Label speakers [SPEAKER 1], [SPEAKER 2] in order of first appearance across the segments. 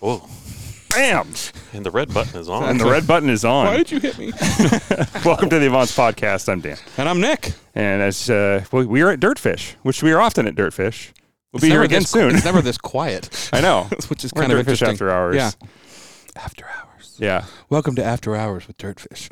[SPEAKER 1] Whoa. Bam! And the red button is on.
[SPEAKER 2] And the red button is on.
[SPEAKER 3] Why did you hit me?
[SPEAKER 2] Welcome to the Avance Podcast. I'm Dan.
[SPEAKER 3] and I'm Nick.
[SPEAKER 2] And as uh, we- we are at Dirtfish, which we are often at Dirtfish. We'll be here
[SPEAKER 3] It's never
[SPEAKER 2] again
[SPEAKER 3] this-
[SPEAKER 2] soon.
[SPEAKER 3] It's never this quiet,
[SPEAKER 2] I know.
[SPEAKER 3] which is
[SPEAKER 2] We're
[SPEAKER 3] kind of
[SPEAKER 2] at Dirtfish
[SPEAKER 3] interesting.
[SPEAKER 2] after hours.
[SPEAKER 3] Yeah. After hours.
[SPEAKER 2] Yeah.
[SPEAKER 3] Welcome to After Hours with Dirtfish.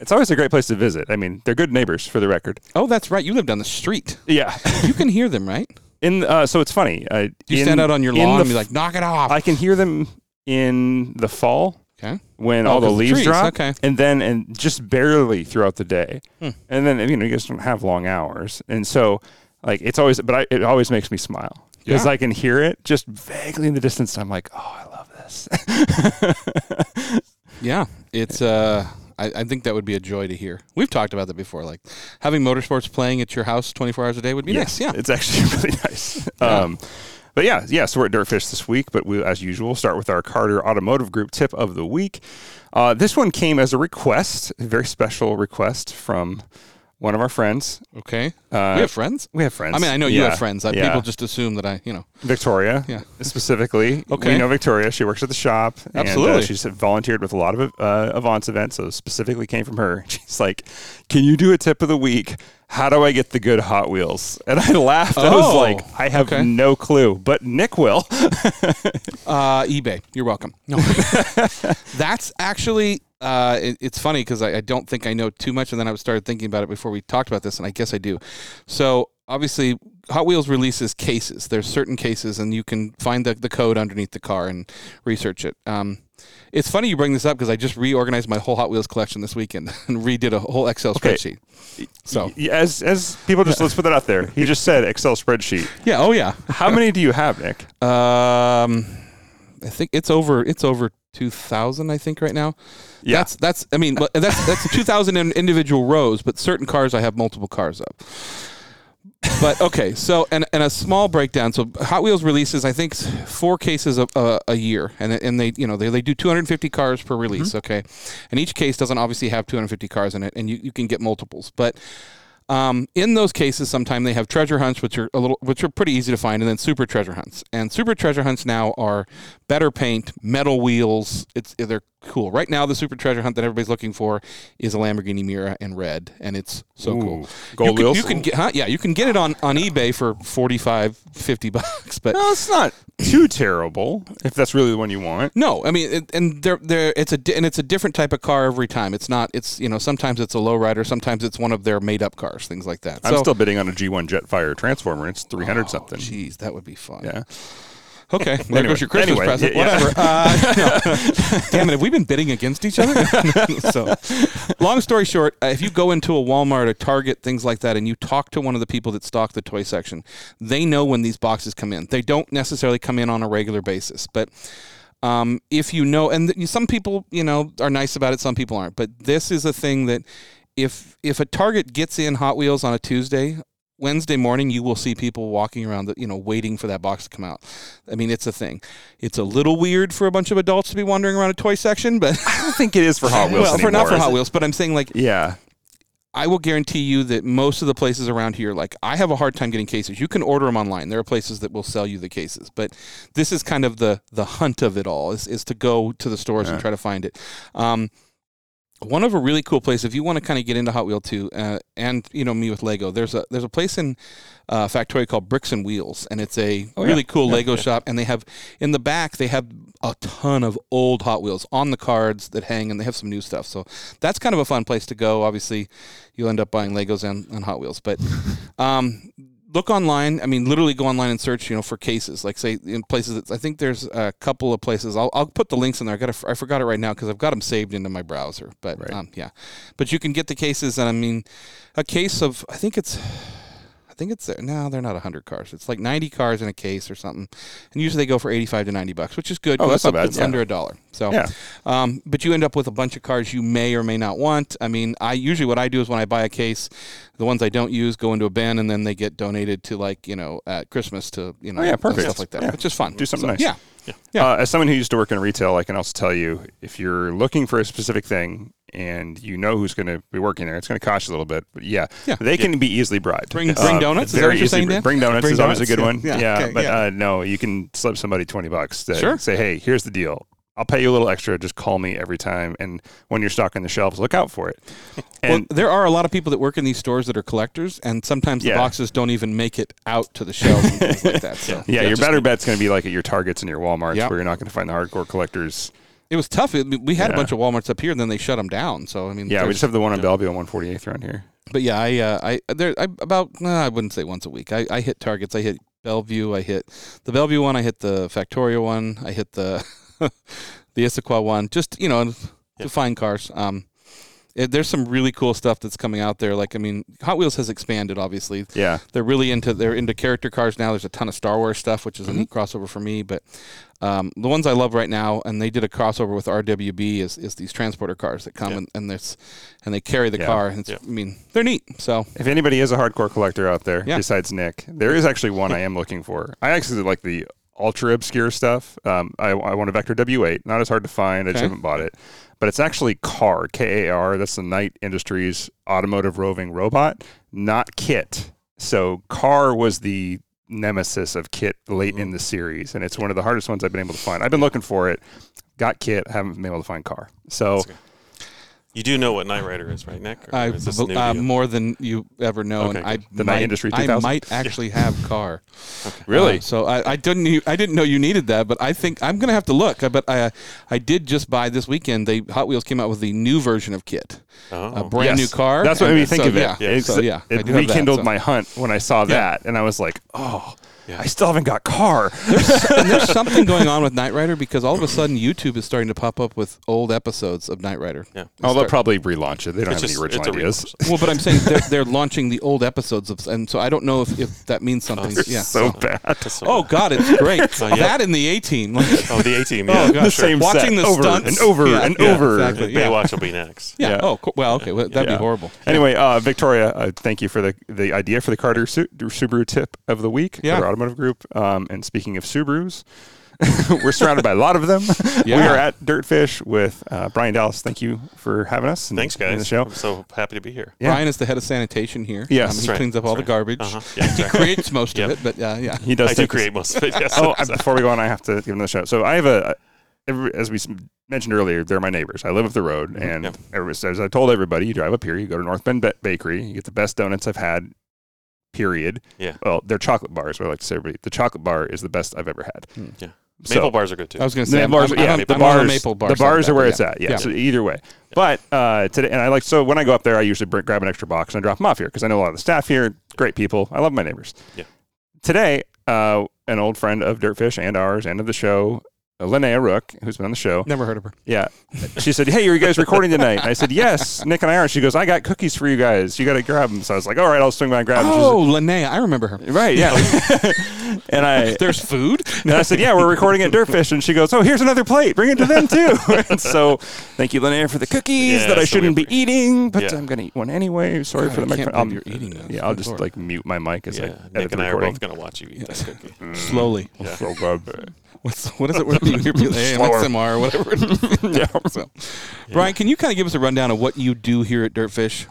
[SPEAKER 2] It's always a great place to visit. I mean, they're good neighbors for the record.
[SPEAKER 3] Oh, that's right. You live down the street.
[SPEAKER 2] Yeah.
[SPEAKER 3] You can hear them, right?
[SPEAKER 2] In uh, so it's funny. Uh,
[SPEAKER 3] You
[SPEAKER 2] in-
[SPEAKER 3] stand out on your
[SPEAKER 2] in
[SPEAKER 3] lawn
[SPEAKER 2] the
[SPEAKER 3] and be like, knock it off.
[SPEAKER 2] I can hear them in the fall
[SPEAKER 3] okay.
[SPEAKER 2] when
[SPEAKER 3] Oh,
[SPEAKER 2] all the
[SPEAKER 3] 'cause the
[SPEAKER 2] leaves
[SPEAKER 3] trees,
[SPEAKER 2] drop,
[SPEAKER 3] okay.
[SPEAKER 2] and then and just barely throughout the day,
[SPEAKER 3] Hmm.
[SPEAKER 2] and then you know you guys don't have long hours, and so like it's always, but I, it always makes me smile because
[SPEAKER 3] Yeah.
[SPEAKER 2] I can hear it just vaguely in the distance. I'm like, oh, I love this.
[SPEAKER 3] Yeah. It's, uh, I, I think that would be a joy to hear. We've talked about that before. Like having motorsports playing at your house 24 hours a day would be nice. Yeah.
[SPEAKER 2] it's actually really nice. Um, but yeah, yeah. So we're at Dirtfish this week, but we, as usual, start with our Carter Automotive Group tip of the week. Uh, this one came as a request, a very special request from one of our friends.
[SPEAKER 3] Okay.
[SPEAKER 2] Uh,
[SPEAKER 3] we have friends.
[SPEAKER 2] We have friends.
[SPEAKER 3] I mean, I know you
[SPEAKER 2] Yeah,
[SPEAKER 3] have friends. I,
[SPEAKER 2] yeah.
[SPEAKER 3] People just assume that I, you know,
[SPEAKER 2] Victoria,
[SPEAKER 3] Yeah.
[SPEAKER 2] specifically.
[SPEAKER 3] Okay.
[SPEAKER 2] we know Victoria. She works at the shop. and, uh,
[SPEAKER 3] Absolutely.
[SPEAKER 2] she's volunteered with a lot of uh, Avance events. So specifically came from her. She's like, "Can you do a tip of the week? How do I get the good Hot Wheels?" And I laughed. I was
[SPEAKER 3] Oh,
[SPEAKER 2] like, "I have
[SPEAKER 3] okay.
[SPEAKER 2] no clue," but Nick will.
[SPEAKER 3] Uh, eBay. You're welcome. No, that's actually. Uh, it- it's funny because I, I don't think I know too much, and then I started thinking about it before we talked about this, and I guess I do. So obviously, Hot Wheels releases cases. There's certain cases, and you can find the, the code underneath the car and research it. Um, it's funny you bring this up because I just reorganized my whole Hot Wheels collection this weekend and redid a whole Excel
[SPEAKER 2] Okay.
[SPEAKER 3] spreadsheet. So
[SPEAKER 2] Y- As as people just let's put that out there. He just said Excel spreadsheet.
[SPEAKER 3] yeah, oh yeah,
[SPEAKER 2] How many do you have, Nick?
[SPEAKER 3] Um, I think it's over. It's over two thousand. I think right now.
[SPEAKER 2] Yeah.
[SPEAKER 3] That's that's. I mean, but that's that's two thousand in individual rows, but certain cars I have multiple cars of. But okay, so and and a small breakdown. So Hot Wheels releases, I think, four cases a, a, a year, and and they you know they, they do 250 cars per release. Okay, and each case doesn't obviously have 250 cars in it, and you, you can get multiples, but. Um, in those cases, sometimes they have treasure hunts, which are a little, which are pretty easy to find, and then super treasure hunts. And super treasure hunts now are better paint, metal wheels. It's they're cool. Right now, the super treasure hunt that everybody's looking for is a Lamborghini Mira in red, and it's so
[SPEAKER 2] Ooh.
[SPEAKER 3] Oh, cool.
[SPEAKER 2] Gold
[SPEAKER 3] you can,
[SPEAKER 2] wheels?
[SPEAKER 3] You can get, huh? Yeah, you can get it on on eBay for 45, 50 bucks. But
[SPEAKER 2] No, it's not too terrible if that's really the one you want.
[SPEAKER 3] no, I mean, it, and there, there, it's a, di- and it's a different type of car every time. It's not, it's you know, sometimes it's a lowrider, sometimes it's one of their made-up cars, things like that.
[SPEAKER 2] I'm still bidding on a G1 Jetfire Transformer. It's 300 something.
[SPEAKER 3] Jeez, that would be fun.
[SPEAKER 2] Yeah.
[SPEAKER 3] Okay. Well, there
[SPEAKER 2] Anyway,
[SPEAKER 3] goes your Christmas
[SPEAKER 2] anyway,
[SPEAKER 3] present.
[SPEAKER 2] yeah, yeah.
[SPEAKER 3] Whatever. Uh, no. Damn it. Have we been bidding against each other? so, long story short, uh, if you go into a Walmart, a Target, things like that, and you talk to one of the people that stock the toy section, they know when these boxes come in. They don't necessarily come in on a regular basis, but. Um, if you know, and th- some people, you know, are nice about it, some people aren't. But this is a thing that, if if a Target gets in Hot Wheels on a Tuesday, Wednesday morning, you will see people walking around, the, you know, waiting for that box to come out. I mean, it's a thing. It's a little weird for a bunch of adults to be wandering around a toy section, but
[SPEAKER 2] I don't think it is for Hot Wheels.
[SPEAKER 3] well, for not
[SPEAKER 2] anymore,
[SPEAKER 3] for
[SPEAKER 2] is
[SPEAKER 3] Hot
[SPEAKER 2] it?
[SPEAKER 3] Wheels, but I'm saying like
[SPEAKER 2] Yeah.
[SPEAKER 3] I will guarantee you that most of the places around here, like I have a hard time getting cases. You can order them online. There are places that will sell you the cases, but this is kind of the the hunt of it all is is to go to the stores and
[SPEAKER 2] Yeah.
[SPEAKER 3] try to find it. Um, one of a really cool place if you want to kind of get into Hot Wheel too, uh, and you know me with Lego. There's a there's a place in uh, Factory called Bricks and Wheels, and it's a
[SPEAKER 2] Oh, yeah.
[SPEAKER 3] really cool
[SPEAKER 2] Yeah,
[SPEAKER 3] Lego
[SPEAKER 2] yeah.
[SPEAKER 3] shop. And they have in the back they have a ton of old Hot Wheels on the cards that hang, and they have some new stuff. So that's kind of a fun place to go. Obviously, you'll end up buying Legos and, and Hot Wheels, but. Um, Look online. I mean, literally go online and search, you know, for cases. Like, say, in places that I think there's a couple of places. I'll, I'll put the links in there. I got I forgot it right now because I've got them saved into my browser. But
[SPEAKER 2] Right.
[SPEAKER 3] um, yeah, but you can get the cases, and I mean, a case of I think it's I think it's no, they're not hundred cars. It's like ninety cars in a case or something, and usually they go for eighty-five to ninety bucks, which is good.
[SPEAKER 2] Oh,
[SPEAKER 3] 'cause
[SPEAKER 2] that's not
[SPEAKER 3] it's-
[SPEAKER 2] bad,
[SPEAKER 3] It's
[SPEAKER 2] yeah.
[SPEAKER 3] under a dollar. So,
[SPEAKER 2] Yeah.
[SPEAKER 3] um, but you end up with a bunch of cars you may or may not want. I mean, I usually what I do is when I buy a case, the ones I don't use go into a bin, and then they get donated to like you know at Christmas to you know
[SPEAKER 2] Oh, yeah, perfect.
[SPEAKER 3] stuff like that,
[SPEAKER 2] Yeah.
[SPEAKER 3] which is fun.
[SPEAKER 2] Do something
[SPEAKER 3] So,
[SPEAKER 2] nice.
[SPEAKER 3] Yeah,
[SPEAKER 2] Uh, as someone who used to work in retail, I can also tell you if you're looking for a specific thing and you know who's going to be working there. It's going to cost you a little bit, but yeah,
[SPEAKER 3] Yeah.
[SPEAKER 2] they can be easily bribed. Uh,
[SPEAKER 3] Bring- bring donuts? Is that
[SPEAKER 2] very
[SPEAKER 3] what you're
[SPEAKER 2] easily
[SPEAKER 3] saying,
[SPEAKER 2] br-
[SPEAKER 3] Dan?
[SPEAKER 2] Bring donuts
[SPEAKER 3] Bring
[SPEAKER 2] is always a good one.
[SPEAKER 3] donuts, yeah.
[SPEAKER 2] Yeah,
[SPEAKER 3] Yeah, okay,
[SPEAKER 2] but
[SPEAKER 3] yeah.
[SPEAKER 2] Uh, no, you can slip somebody twenty bucks. To
[SPEAKER 3] Sure.
[SPEAKER 2] Say, hey, here's the deal. I'll pay you a little extra. Just call me every time, and when you're stocking the shelves, look out for it.
[SPEAKER 3] Well,
[SPEAKER 2] And
[SPEAKER 3] there are a lot of people that work in these stores that are collectors, and sometimes the
[SPEAKER 2] Yeah.
[SPEAKER 3] boxes don't even make it out to the shelves and things like that. So
[SPEAKER 2] yeah, your
[SPEAKER 3] just-
[SPEAKER 2] better bet's going to be like at your Targets and your WalMarts,
[SPEAKER 3] Yep.
[SPEAKER 2] where you're not going to find the hardcore collectors.
[SPEAKER 3] It was tough. It, we had a
[SPEAKER 2] Yeah.
[SPEAKER 3] bunch of WalMarts up here, and then they shut them down. So I mean,
[SPEAKER 2] Yeah, we
[SPEAKER 3] there's-
[SPEAKER 2] just have the one on Bellevue on 148th around here.
[SPEAKER 3] But yeah, I uh, I there I about uh, I wouldn't say once a week. I, I hit targets. I hit Bellevue. I hit the Bellevue one. I hit the Factoria one. I hit the the Issaquah one. Just you know, to find cars. Um, it, there's some really cool stuff that's coming out there. Like I mean, Hot Wheels has expanded. Obviously,
[SPEAKER 2] Yeah,
[SPEAKER 3] they're really into they're into character cars now. There's a ton of Star Wars stuff, which is a
[SPEAKER 2] Mm-hmm.
[SPEAKER 3] neat crossover for me. But um, the ones I love right now, and they did a crossover with RWB, is, is these transporter cars that come and, and there's and they carry the
[SPEAKER 2] Yeah.
[SPEAKER 3] car. And it's, I mean, they're neat. So
[SPEAKER 2] If anybody is a hardcore collector out there,
[SPEAKER 3] Yeah.
[SPEAKER 2] besides Nick, there is actually one I am looking for. I actually like the ultra obscure stuff. Um, I, I want a Vector W8. Not as hard to find. I just
[SPEAKER 3] Okay.
[SPEAKER 2] haven't bought it. But it's actually CAR, K A R. That's the Knight Industries Automotive Roving Robot, not Kit. So CAR was the nemesis of Kit late in the
[SPEAKER 3] Mm-hmm.
[SPEAKER 2] series, and it's one of the hardest ones I've been able to find. I've been looking for it. Got Kit, haven't been able to find CAR. So
[SPEAKER 1] You do know what Knight Rider is, right, Nick? Or
[SPEAKER 3] I
[SPEAKER 1] is this new to
[SPEAKER 3] uh,
[SPEAKER 1] you?
[SPEAKER 3] more than you ever know, and
[SPEAKER 1] Okay,
[SPEAKER 3] I
[SPEAKER 2] The Night
[SPEAKER 3] might,
[SPEAKER 2] Industry
[SPEAKER 3] I
[SPEAKER 2] 2000?
[SPEAKER 3] might actually have car.
[SPEAKER 2] Really?
[SPEAKER 3] Uh, so I, I didn't you- I didn't know you needed that, but I think I'm gonna have to look. I bet I I did just buy this weekend. They Hot Wheels came out with the new version of Kit, a
[SPEAKER 1] Oh.
[SPEAKER 3] brand
[SPEAKER 2] Yes.
[SPEAKER 3] new car.
[SPEAKER 2] That's what
[SPEAKER 3] and
[SPEAKER 2] made me think
[SPEAKER 3] so,
[SPEAKER 2] of it.
[SPEAKER 3] Yeah,
[SPEAKER 1] Yeah.
[SPEAKER 3] so yeah, I
[SPEAKER 2] it
[SPEAKER 3] do have that,
[SPEAKER 2] rekindled
[SPEAKER 3] so.
[SPEAKER 2] my hunt when I saw that, and I was like, oh, I still haven't got car.
[SPEAKER 3] and there's something going on with Knight Rider because all of a sudden YouTube is starting to pop up with old episodes of Knight Rider.
[SPEAKER 1] Yeah.
[SPEAKER 2] Oh, they'll
[SPEAKER 3] Start-
[SPEAKER 2] probably relaunch it. They don't
[SPEAKER 1] It's
[SPEAKER 2] have
[SPEAKER 1] just-
[SPEAKER 2] any original
[SPEAKER 1] it's a
[SPEAKER 2] ideas.
[SPEAKER 1] relaunch.
[SPEAKER 3] Well, but I'm saying they're, they're launching the old episodes of, and so I don't know if, if that means something.
[SPEAKER 2] Oh.
[SPEAKER 3] yeah.
[SPEAKER 2] So bad.
[SPEAKER 1] That's so
[SPEAKER 3] oh
[SPEAKER 1] bad.
[SPEAKER 3] God, it's great.
[SPEAKER 1] yeah.
[SPEAKER 3] That in the A team.
[SPEAKER 1] oh, the A team. Yeah.
[SPEAKER 3] God,
[SPEAKER 2] the
[SPEAKER 1] sure.
[SPEAKER 2] same
[SPEAKER 3] Watching
[SPEAKER 2] set
[SPEAKER 3] the
[SPEAKER 2] over
[SPEAKER 3] stunts.
[SPEAKER 2] and over
[SPEAKER 3] Yeah,
[SPEAKER 2] and
[SPEAKER 3] yeah,
[SPEAKER 2] over.
[SPEAKER 3] exactly. Yeah.
[SPEAKER 1] Baywatch will be next.
[SPEAKER 3] Yeah.
[SPEAKER 2] Yeah.
[SPEAKER 3] Oh, cool. well, okay. Well, that'd
[SPEAKER 2] Yeah.
[SPEAKER 3] be horrible.
[SPEAKER 2] Anyway, uh, Victoria, uh, thank you for the, the idea for the Carter Su- Subaru tip of the week.
[SPEAKER 3] Yeah.
[SPEAKER 2] Carter Automotive Group. Um, and speaking of Subarus, we're surrounded by a lot of them. We
[SPEAKER 3] Yeah.
[SPEAKER 2] are at Dirtfish with uh, Brian Dallas. Thank you for having us. And
[SPEAKER 1] Thanks,
[SPEAKER 2] doing
[SPEAKER 1] guys.
[SPEAKER 2] The show.
[SPEAKER 1] I'm so happy to be here.
[SPEAKER 2] Yeah.
[SPEAKER 3] Brian is the head of sanitation here. Um,
[SPEAKER 2] Yes,
[SPEAKER 3] he
[SPEAKER 2] that's
[SPEAKER 1] right.
[SPEAKER 3] cleans up all
[SPEAKER 1] That's
[SPEAKER 3] the garbage.
[SPEAKER 1] Uh-huh. Yeah,
[SPEAKER 3] He
[SPEAKER 1] exactly.
[SPEAKER 3] creates most
[SPEAKER 1] Yep.
[SPEAKER 3] of it, but uh, yeah.
[SPEAKER 2] He
[SPEAKER 1] I
[SPEAKER 2] does
[SPEAKER 1] do
[SPEAKER 2] think it's-
[SPEAKER 1] create most of it. Yes.
[SPEAKER 2] oh, I- before we go on, I have to give another shout. So I have a, every, as we s- mentioned earlier, they're my neighbors. I live up the road, and
[SPEAKER 1] Yeah.
[SPEAKER 2] every, as I told everybody, you drive up here, you go to North Bend Ba- Bakery, you get the best donuts I've had. Period.
[SPEAKER 1] Yeah.
[SPEAKER 2] Well, they're chocolate bars. What I like to say, everybody, the chocolate bar is the best I've ever had.
[SPEAKER 1] Yeah.
[SPEAKER 2] So-
[SPEAKER 1] Maple bars are good too.
[SPEAKER 3] I was going to
[SPEAKER 2] the
[SPEAKER 3] say, I'm,
[SPEAKER 2] bars-
[SPEAKER 3] I'm,
[SPEAKER 2] yeah,
[SPEAKER 3] I'm,
[SPEAKER 2] the
[SPEAKER 3] I'm on
[SPEAKER 2] bars,
[SPEAKER 3] the maple bars.
[SPEAKER 2] the bars
[SPEAKER 3] like
[SPEAKER 2] are where
[SPEAKER 3] that,
[SPEAKER 2] it's at. Yeah,
[SPEAKER 3] Yeah.
[SPEAKER 2] So either way. But uh, today, and I like so when I go up there, I usually bring, grab an extra box and I drop them off here because I know a lot of the staff here. Great people. I love my neighbors.
[SPEAKER 1] Yeah.
[SPEAKER 2] Today, uh, an old friend of Dirtfish and ours and of the show, uh, Linnea Rook, who's been on the show.
[SPEAKER 3] Never heard of her.
[SPEAKER 2] Yeah. She said, Hey, are you guys recording tonight? And I said, Yes, Nick and I are. She goes, I got cookies for you guys. You got to grab them. So I was like, All right, I'll swing by and grab them. She was
[SPEAKER 3] Oh, Linnea. I remember her.
[SPEAKER 2] like, right. Yeah. and I,
[SPEAKER 3] There's food.
[SPEAKER 2] and I said, "Yeah, we're recording at Dirtfish," and she goes, "Oh, here's another plate. Bring it to them too." and so, thank you, Linnea, for the cookies
[SPEAKER 1] Yeah,
[SPEAKER 2] that I
[SPEAKER 1] so
[SPEAKER 2] shouldn't
[SPEAKER 1] we
[SPEAKER 2] be eating, but
[SPEAKER 1] Yeah.
[SPEAKER 2] I'm gonna eat one anyway. Sorry for the
[SPEAKER 3] I can't
[SPEAKER 2] microphone.
[SPEAKER 3] believe you're eating those.
[SPEAKER 2] Yeah, I'll
[SPEAKER 3] Good
[SPEAKER 2] just
[SPEAKER 3] Lord.
[SPEAKER 2] like mute my mic as
[SPEAKER 1] yeah.
[SPEAKER 2] I
[SPEAKER 1] Nick
[SPEAKER 2] edit the
[SPEAKER 1] and I are
[SPEAKER 2] recording.
[SPEAKER 1] both going to watch you eat that cookie.
[SPEAKER 3] Slowly.
[SPEAKER 2] So good.
[SPEAKER 3] What's what is it? Where you hear people say
[SPEAKER 2] Slower.
[SPEAKER 3] AMXMR or whatever. So, Brian, can you kind of give us a rundown of what you do here at Dirtfish?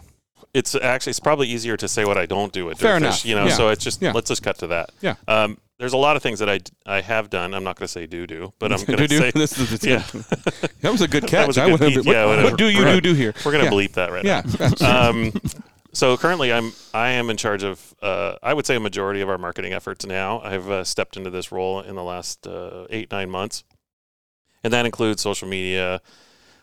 [SPEAKER 1] it's actually it's probably easier to say what I don't do at
[SPEAKER 3] Fair
[SPEAKER 1] Dirtfish,
[SPEAKER 3] enough.
[SPEAKER 1] you know.
[SPEAKER 3] Yeah.
[SPEAKER 1] So it's just
[SPEAKER 3] Yeah.
[SPEAKER 1] let's just cut to that.
[SPEAKER 3] Yeah.
[SPEAKER 1] Um, there's a lot of things that I d- I have done. I'm not going to say do do, but I'm going to
[SPEAKER 3] Do-do.
[SPEAKER 1] say
[SPEAKER 3] This is the-
[SPEAKER 1] yeah.
[SPEAKER 3] That was a good catch.
[SPEAKER 1] was a
[SPEAKER 3] I
[SPEAKER 1] good
[SPEAKER 3] would have-
[SPEAKER 1] piece.
[SPEAKER 3] what,
[SPEAKER 1] Yeah,
[SPEAKER 3] what
[SPEAKER 1] whatever.
[SPEAKER 3] do you do do here?
[SPEAKER 1] We're going
[SPEAKER 3] Yeah.
[SPEAKER 1] to bleep that right
[SPEAKER 3] Yeah.
[SPEAKER 1] now. um, so currently, I'm I am in charge of uh, I would say a majority of our marketing efforts now. I've uh, stepped into this role in the last uh, eight nine months, and that includes social media,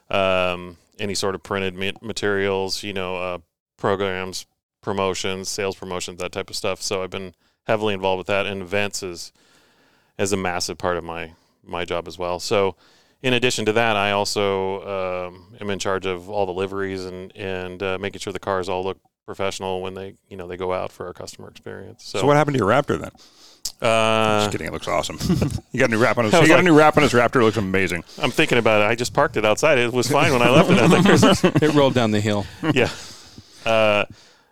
[SPEAKER 1] um, any sort of printed ma- materials, you know, uh, programs, promotions, sales promotions, that type of stuff. So I've been heavily involved with that, and events is is a massive part of my my job as well. So in addition to that, I also um, am in charge of all the liveries and and uh, making sure the cars all look professional when they you know they go out for our customer experience. So,
[SPEAKER 2] So what happened to your Raptor then?
[SPEAKER 1] uh,
[SPEAKER 2] Just kidding. It looks awesome. you got a new wrap on his.
[SPEAKER 1] I
[SPEAKER 2] You
[SPEAKER 1] was
[SPEAKER 2] got a
[SPEAKER 1] like-
[SPEAKER 2] new wrap on his Raptor. It looks amazing.
[SPEAKER 1] I'm thinking about it. I just parked it outside. It was fine when I left it out there.
[SPEAKER 3] It rolled down the hill.
[SPEAKER 1] yeah. Uh,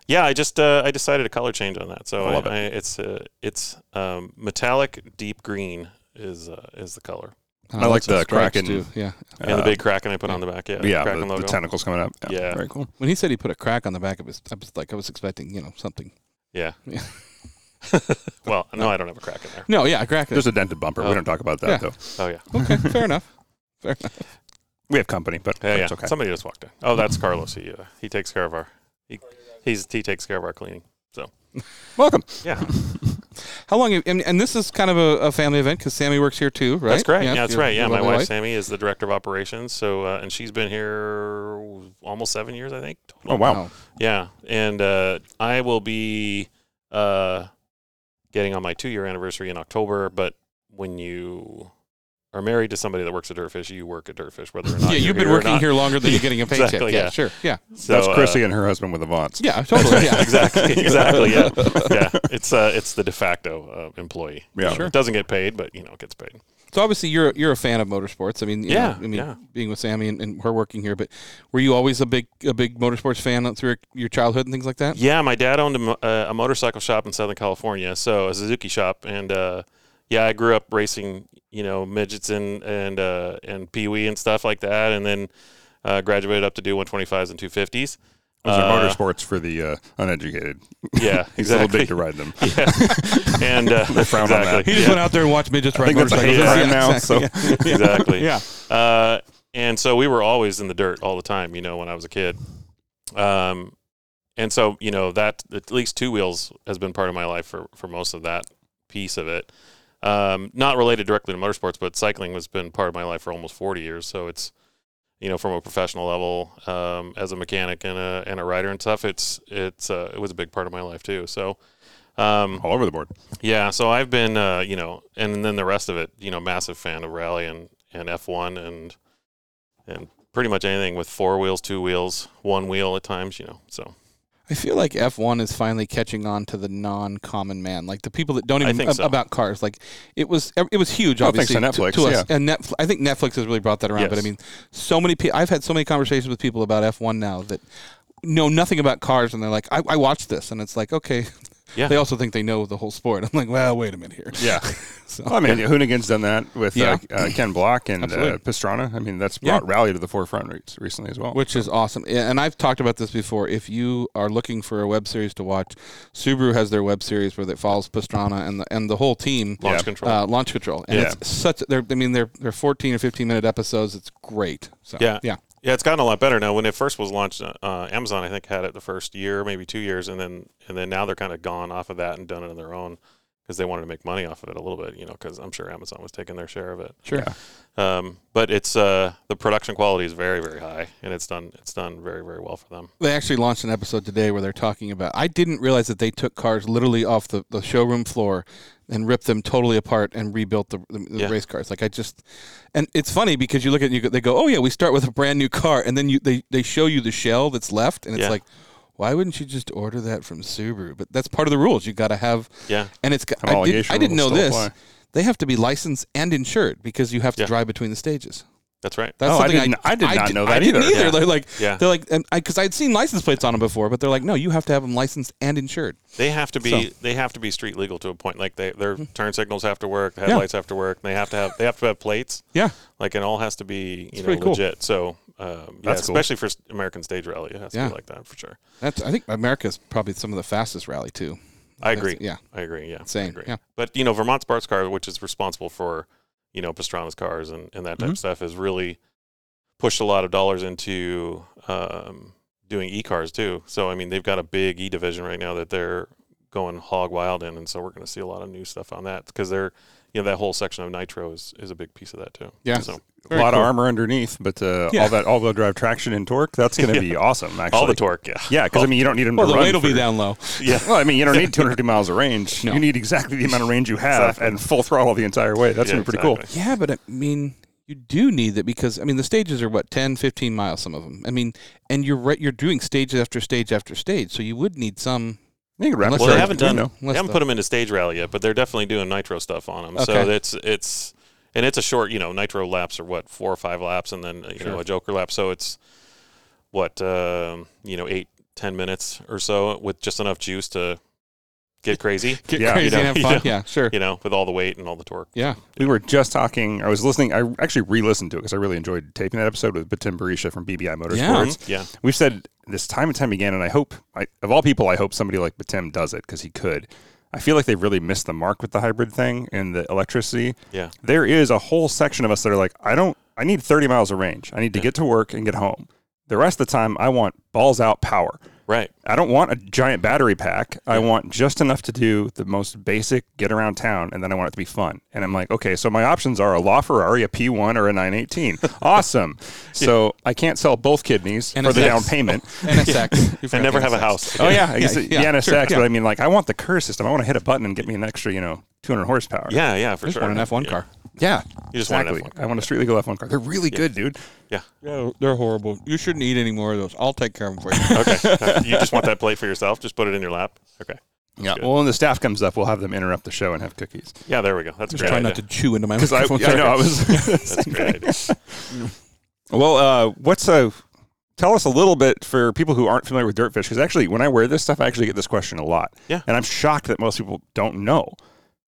[SPEAKER 1] yeah, I just uh, I decided a color change on that. So I
[SPEAKER 2] I love it.
[SPEAKER 1] I- it's uh, it's um, metallic deep green is uh, is the color.
[SPEAKER 3] Uh,
[SPEAKER 2] I like
[SPEAKER 3] that's what
[SPEAKER 2] the
[SPEAKER 3] stripes
[SPEAKER 2] Kraken.
[SPEAKER 3] do, Yeah.
[SPEAKER 1] and the big Kraken I put on the back. Yeah,
[SPEAKER 2] Uh, yeah,
[SPEAKER 1] Kraken
[SPEAKER 2] the, the
[SPEAKER 1] logo.
[SPEAKER 2] tentacles coming up.
[SPEAKER 1] Yeah.
[SPEAKER 2] very cool.
[SPEAKER 3] When he said he put a crack on the back of his, I was like, I was expecting, you know, something.
[SPEAKER 1] yeah.
[SPEAKER 3] Yeah.
[SPEAKER 1] well, no, I don't have a Kraken there.
[SPEAKER 3] No, yeah, a crack.
[SPEAKER 2] There's a dented bumper.
[SPEAKER 1] Oh.
[SPEAKER 2] We don't talk about that
[SPEAKER 3] Yeah.
[SPEAKER 2] though.
[SPEAKER 1] Oh yeah,
[SPEAKER 3] Okay, fair enough. Fair enough.
[SPEAKER 2] We have company, but
[SPEAKER 1] yeah, yeah.
[SPEAKER 2] it's okay.
[SPEAKER 1] Somebody just walked in. Oh, that's Carlos. He uh, he takes care of our he he's he takes care of our cleaning.
[SPEAKER 2] Welcome.
[SPEAKER 1] Yeah,
[SPEAKER 3] How long? Have, and, and this is kind of a, a family event because Sammy works here too, right?
[SPEAKER 1] that's great. Yeah, that's
[SPEAKER 3] your-
[SPEAKER 1] right. Yeah,
[SPEAKER 3] your
[SPEAKER 1] my
[SPEAKER 3] lovely
[SPEAKER 1] wife Sammy is the director of operations. So uh, and she's been here almost seven years, I think.
[SPEAKER 2] Oh wow.
[SPEAKER 3] Wow.
[SPEAKER 1] Yeah, and uh, I will be uh, getting on my two-year anniversary in October. But when you are married to somebody that works at Dirtfish, you work at Dirtfish, whether or not
[SPEAKER 3] Yeah,
[SPEAKER 1] you're
[SPEAKER 3] you've been
[SPEAKER 1] here or
[SPEAKER 3] working
[SPEAKER 1] not.
[SPEAKER 3] here longer than you're getting a paycheck.
[SPEAKER 1] Exactly,
[SPEAKER 3] yeah,
[SPEAKER 1] yeah.
[SPEAKER 3] sure. Yeah.
[SPEAKER 1] So,
[SPEAKER 2] That's
[SPEAKER 1] uh,
[SPEAKER 2] Chrissy and her husband with the Vons.
[SPEAKER 3] Yeah, totally. Yeah.
[SPEAKER 1] exactly, exactly. Yeah, yeah. It's uh, it's the de facto uh, employee.
[SPEAKER 2] Yeah.
[SPEAKER 1] It doesn't get paid, but you know, it gets paid.
[SPEAKER 3] So obviously you're you're a fan of motorsports. I mean, you
[SPEAKER 1] Yeah,
[SPEAKER 3] know, I mean,
[SPEAKER 1] yeah.
[SPEAKER 3] being with Sammy and, and her working here, but were you always a big a big motorsports fan through your childhood and things like that?
[SPEAKER 1] Yeah, my dad owned a, mo- uh, a motorcycle shop in Southern California, so a Suzuki shop, and uh, yeah, I grew up racing, you know, midgets and and uh, and Pee Wee and stuff like that, and then uh, graduated up to do 125s and 250s.
[SPEAKER 2] Those are
[SPEAKER 1] Uh,
[SPEAKER 2] motorsports for the uh, uneducated.
[SPEAKER 1] Yeah,
[SPEAKER 2] He's a little
[SPEAKER 1] exactly.
[SPEAKER 2] big to ride them.
[SPEAKER 1] yeah, and uh,
[SPEAKER 2] frown on that.
[SPEAKER 1] exactly,
[SPEAKER 3] He just
[SPEAKER 1] yeah,
[SPEAKER 3] went out there and watched midgets ride
[SPEAKER 2] think that's a
[SPEAKER 3] motorcycles.
[SPEAKER 1] hate
[SPEAKER 2] crime now,
[SPEAKER 3] exactly, yeah.
[SPEAKER 1] exactly.
[SPEAKER 3] yeah.
[SPEAKER 1] Uh, and so we were always in the dirt all the time, you know, when I was a kid. Um, and so, you know, that at least two wheels has been part of my life for, for most of that piece of it. Um, not related directly to motorsports, but cycling has been part of my life for almost 40 years. So it's, you know, from a professional level, um, as a mechanic and a, and a rider and stuff, it's, it's, uh, it was a big part of my life too. So, um,
[SPEAKER 2] All over the board.
[SPEAKER 1] yeah, so I've been, uh, you know, and then the rest of it, you know, massive fan of rally and and F one and and pretty much anything with four wheels, two wheels, one wheel at times, you know. So
[SPEAKER 3] I feel like F1 is finally catching on to the non-common man, like the people that don't
[SPEAKER 1] I
[SPEAKER 3] even
[SPEAKER 1] think
[SPEAKER 3] ab-
[SPEAKER 1] so.
[SPEAKER 3] about cars. Like it was, it was huge.
[SPEAKER 2] Oh, thanks
[SPEAKER 3] obviously,
[SPEAKER 2] to
[SPEAKER 3] to,
[SPEAKER 2] Netflix,
[SPEAKER 3] to us,
[SPEAKER 2] yeah.
[SPEAKER 3] and Netflix, I think Netflix has really brought that around. But I
[SPEAKER 1] Yes.
[SPEAKER 3] mean, so many people. I've had so many conversations with people about F1 now that know nothing about cars, and they're like, "I, I watched this," and it's like, okay.
[SPEAKER 1] Yeah.
[SPEAKER 3] They also think they know the whole sport. I'm like, well, wait a minute here.
[SPEAKER 2] Yeah.
[SPEAKER 3] So-
[SPEAKER 2] Well, I mean, Hoonigan's done that with
[SPEAKER 3] Yeah.
[SPEAKER 2] uh, uh, Ken Block and uh,
[SPEAKER 3] Absolutely.
[SPEAKER 2] Pastrana. I mean, that's
[SPEAKER 3] Yeah.
[SPEAKER 2] brought Rally to the forefront re- recently as well.
[SPEAKER 3] Which is awesome. Yeah, And I've talked about this before. If you are looking for a web series to watch, Subaru has their web series where it follows Pastrana and the, and the whole team.
[SPEAKER 1] launch
[SPEAKER 2] Yeah.
[SPEAKER 1] control.
[SPEAKER 3] Uh, launch control. And
[SPEAKER 2] Yeah.
[SPEAKER 3] it's such, they're, I mean, they're, they're 14 or 15 minute episodes. It's great. So,
[SPEAKER 1] Yeah.
[SPEAKER 3] Yeah.
[SPEAKER 1] yeah, it's gotten a lot better now. When it first was launched, uh, uh, Amazon I think had it the first year, maybe two years, and then and then now they're kind of gone off of that and done it on their own because they wanted to make money off of it a little bit, you know, because I'm sure Amazon was taking their share of it.
[SPEAKER 3] Sure.
[SPEAKER 2] Yeah.
[SPEAKER 1] Um, but it's uh, the production quality is very very high, and it's done it's done very very well for them.
[SPEAKER 3] They actually launched an episode today where they're talking about. I didn't realize that they took cars literally off the, the showroom floor and ripped them totally apart and rebuilt the, the, the
[SPEAKER 1] Yeah.
[SPEAKER 3] race cars. Like I just, and it's funny because you look at it and you go, they go, oh yeah, we start with a brand new car, and then you they they show you the shell that's left, and it's
[SPEAKER 1] Yeah.
[SPEAKER 3] like. Why wouldn't you just order that from Subaru? But that's part of the rules. You got to have,
[SPEAKER 1] Yeah.
[SPEAKER 3] and it's. got-
[SPEAKER 2] Have
[SPEAKER 3] I, did,
[SPEAKER 2] allegation
[SPEAKER 3] I didn't know
[SPEAKER 2] rules
[SPEAKER 3] this.
[SPEAKER 2] still apply.
[SPEAKER 3] They have to be licensed and insured because you have to
[SPEAKER 1] Yeah.
[SPEAKER 3] drive between the stages.
[SPEAKER 1] That's right.
[SPEAKER 3] That's
[SPEAKER 2] Oh, I
[SPEAKER 3] something
[SPEAKER 2] didn't- I did not know
[SPEAKER 3] I
[SPEAKER 2] that
[SPEAKER 3] didn't
[SPEAKER 2] either.
[SPEAKER 1] Yeah.
[SPEAKER 3] They're like,
[SPEAKER 1] Yeah.
[SPEAKER 3] they're like, because I'd seen license plates on them before, but they're like, no, you have to have them licensed and insured.
[SPEAKER 1] They have to be they have to be street legal to a point. Like they, their
[SPEAKER 3] Mm-hmm.
[SPEAKER 1] turn signals have to work, the headlights have to work. They have to have they have to have plates.
[SPEAKER 3] Yeah,
[SPEAKER 1] Like it all has to be you know
[SPEAKER 3] pretty cool.
[SPEAKER 1] legit. So um, yeah,
[SPEAKER 2] That's cool.
[SPEAKER 1] especially for s- American stage rally, it has to
[SPEAKER 3] Yeah.
[SPEAKER 1] be like that for sure.
[SPEAKER 3] that's. I think America's probably some of the fastest rally too.
[SPEAKER 1] I
[SPEAKER 3] That's- e
[SPEAKER 1] agree.
[SPEAKER 3] yeah.
[SPEAKER 1] I agree. Yeah, I
[SPEAKER 3] Insane,
[SPEAKER 1] agree.
[SPEAKER 3] yeah.
[SPEAKER 1] But you know, Vermont Sparks Car, which is responsible for you know Pastrana's cars and, and that type of stuff, has really pushed a lot of dollars into um, doing e cars too. So I mean, they've got a big e division right now that they're going hog wild in, and so we're going to see a lot of new stuff on that because they're you know that whole section of Nitro is is a big piece of that too.
[SPEAKER 3] Yeah.
[SPEAKER 1] So
[SPEAKER 2] a
[SPEAKER 3] Very
[SPEAKER 2] lot
[SPEAKER 3] cool.
[SPEAKER 2] of armor underneath, but uh,
[SPEAKER 3] Yeah.
[SPEAKER 2] all that all-wheel drive traction and torque. That's going to be awesome. Actually,
[SPEAKER 1] all the torque. Yeah.
[SPEAKER 2] Yeah, because I mean, you don't need them.
[SPEAKER 3] Well,
[SPEAKER 2] to
[SPEAKER 3] the
[SPEAKER 2] run
[SPEAKER 3] weight will be
[SPEAKER 2] for-
[SPEAKER 3] down low.
[SPEAKER 1] Yeah.
[SPEAKER 2] Well, I mean, you don't need 250 miles of range.
[SPEAKER 3] No.
[SPEAKER 2] You need exactly the amount of range you have and full throttle the entire way. That's
[SPEAKER 1] Yeah,
[SPEAKER 2] gonna be pretty
[SPEAKER 1] exactly.
[SPEAKER 2] cool.
[SPEAKER 3] Yeah, but I mean, you do need that because I mean, the stages are what 10, 15 miles, some of them. I mean, and you're right, you're doing stage after stage after stage, so you would need some.
[SPEAKER 2] You can wrap
[SPEAKER 3] Unless
[SPEAKER 2] it
[SPEAKER 1] Well, they
[SPEAKER 2] around,
[SPEAKER 1] haven't
[SPEAKER 2] you
[SPEAKER 1] done.
[SPEAKER 2] know.
[SPEAKER 1] They haven't
[SPEAKER 3] Unless
[SPEAKER 1] put them into stage rally yet, but they're definitely doing nitro stuff on them. So
[SPEAKER 3] Okay.
[SPEAKER 1] it's it's and it's a short, you know, nitro laps are what four or five laps, and then you know a joker lap. So it's what um, you know eight ten minutes or so with just enough juice to get crazy.
[SPEAKER 3] Get
[SPEAKER 2] Yeah,
[SPEAKER 3] crazy
[SPEAKER 1] you know,
[SPEAKER 3] and
[SPEAKER 1] you
[SPEAKER 3] have
[SPEAKER 1] know.
[SPEAKER 3] fun. yeah, sure.
[SPEAKER 1] you know, with all the weight and all the torque.
[SPEAKER 3] Yeah.
[SPEAKER 2] We were just talking. I was listening. I actually re-listened to it because I really enjoyed taping that episode with Tim Barisha from BBI
[SPEAKER 3] Oh,
[SPEAKER 2] Motorsports.
[SPEAKER 1] Mhm. Yeah.
[SPEAKER 2] We've said this time and time again, and I hope, I, of all people, I hope somebody like Batim does it because he could. I feel like they've really missed the mark with the hybrid thing and the electricity.
[SPEAKER 1] Yeah.
[SPEAKER 2] There is a whole section of us that are like, I don't, I need 30 miles of range. I need to get to work and get home. The rest of the time, I want balls out power.
[SPEAKER 1] Right.
[SPEAKER 2] I don't want a giant battery pack. I want just enough to do the most basic get around town, and then I want it to be fun. And I'm like, okay, so my options are a La Ferrari, a P1, or a 918. awesome. So I can't sell both kidneys
[SPEAKER 3] And
[SPEAKER 2] for
[SPEAKER 3] a
[SPEAKER 2] the
[SPEAKER 3] sex.
[SPEAKER 2] down payment.
[SPEAKER 3] NSX. You forgot
[SPEAKER 1] And never have a
[SPEAKER 3] NSX.
[SPEAKER 1] house.
[SPEAKER 2] Oh yeah, I guess
[SPEAKER 3] Yeah,
[SPEAKER 2] it-
[SPEAKER 3] yeah,
[SPEAKER 2] the NSX.
[SPEAKER 3] sure, yeah.
[SPEAKER 2] But I mean, like, I want the Kerr system. I want to hit a button and get me an extra, you know, 200 horsepower.
[SPEAKER 1] Yeah, yeah, for
[SPEAKER 3] There's
[SPEAKER 1] sure.
[SPEAKER 3] one in an F1
[SPEAKER 1] Yeah.
[SPEAKER 3] car.
[SPEAKER 2] yeah.
[SPEAKER 1] You just want an
[SPEAKER 2] exactly.
[SPEAKER 1] F1
[SPEAKER 2] I want a street legal F1 car. They're really good, dude.
[SPEAKER 1] Yeah.
[SPEAKER 4] Yeah, they're horrible. You shouldn't eat any more of those. I'll take care of them for you.
[SPEAKER 1] Okay. you just want that plate for yourself. Just put it in your lap. Okay.
[SPEAKER 2] Yeah. Well, when the staff comes up, we'll have them interrupt the show and have cookies.
[SPEAKER 1] Yeah, there we go. That's a
[SPEAKER 3] Just
[SPEAKER 1] great
[SPEAKER 3] try
[SPEAKER 1] idea.
[SPEAKER 3] not to chew into my
[SPEAKER 2] Because I,
[SPEAKER 3] microphone.
[SPEAKER 2] I know I was.
[SPEAKER 1] That's a great idea.
[SPEAKER 2] Well, uh, what's a tell us a little bit for people who aren't familiar with Dirtfish? Because actually, when I wear this stuff, I actually get this question a lot.
[SPEAKER 1] Yeah.
[SPEAKER 2] and I'm shocked that most people don't know.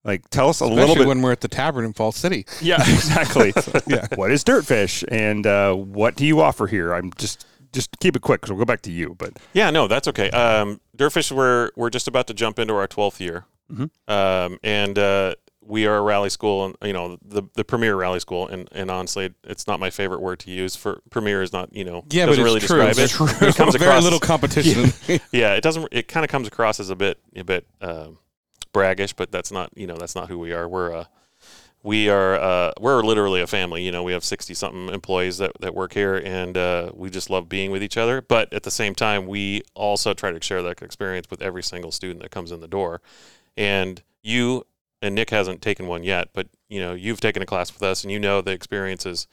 [SPEAKER 2] Like, tell us a
[SPEAKER 3] Especially
[SPEAKER 2] little bit.
[SPEAKER 3] when we're at the tavern in Fall City.
[SPEAKER 2] yeah, exactly. yeah, what is Dirtfish, and uh, what do you offer here? I'm just just keep it quick because we'll go back to you. But
[SPEAKER 1] Yeah, no, that's okay. Um, Dirtfish, we're we're just about to jump into our twelfth year,
[SPEAKER 2] Mhm.
[SPEAKER 3] Mm-hmm.
[SPEAKER 1] um, and uh, we are a rally school, and you know the the premier rally school. And and honestly, it's not my favorite word to use for premier is not you know
[SPEAKER 3] Yeah, but
[SPEAKER 1] doesn't
[SPEAKER 3] it's
[SPEAKER 1] really
[SPEAKER 3] true.
[SPEAKER 1] describe
[SPEAKER 3] It's
[SPEAKER 1] it.
[SPEAKER 3] true.
[SPEAKER 1] It comes
[SPEAKER 3] Very
[SPEAKER 1] across-
[SPEAKER 3] little competition.
[SPEAKER 1] Yeah, it doesn't. It kind of comes across as a bit a bit um, braggish, but that's not you know that's not who we are. We're uh, we are uh, we're literally a family. You know, we have sixty something employees that, that work here, and uh, we just love being with each other. But at the same time, we also try to share that experience with every single student that comes in the door. And you and Nick hasn't taken one yet, but you know you've taken a class with us, and you know the experiences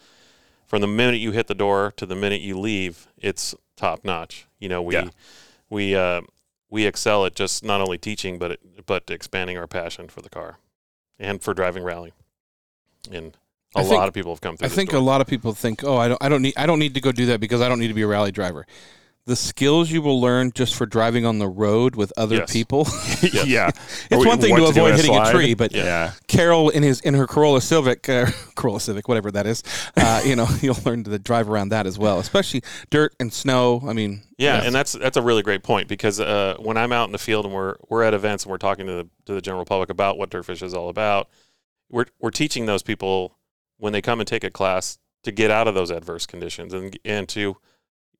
[SPEAKER 1] from the minute you hit the door to the minute you leave. It's top notch. You know we
[SPEAKER 2] Yeah.
[SPEAKER 1] we uh, we excel at just not only teaching but but expanding our passion for the car and for driving rally. And a
[SPEAKER 3] I
[SPEAKER 1] lot
[SPEAKER 3] think-
[SPEAKER 1] of people have come through.
[SPEAKER 3] I
[SPEAKER 1] this
[SPEAKER 3] think a
[SPEAKER 1] door.
[SPEAKER 3] lot of people think, "Oh, I don't, I don't need, I don't need to go do that because I don't need to be a rally driver." The skills you will learn just for driving on the road with other
[SPEAKER 1] Yes.
[SPEAKER 3] people.
[SPEAKER 1] Yes.
[SPEAKER 2] yeah,
[SPEAKER 3] It's
[SPEAKER 2] Or
[SPEAKER 3] one thing
[SPEAKER 2] what
[SPEAKER 3] to
[SPEAKER 2] do in
[SPEAKER 3] avoid hitting
[SPEAKER 2] slide.
[SPEAKER 3] a tree, but
[SPEAKER 2] Yeah.
[SPEAKER 3] Carol in his in her Corolla Civic, uh, Corolla Civic, whatever that is, uh, you know, you'll learn to drive around that as well, especially dirt and snow. I mean,
[SPEAKER 1] Yeah, and that's that's a really great point because uh, when I'm out in the field and we're we're at events and we're talking to the to the general public about what Dirtfish is all about, we're we're teaching those people when they come and take a class to get out of those adverse conditions and and to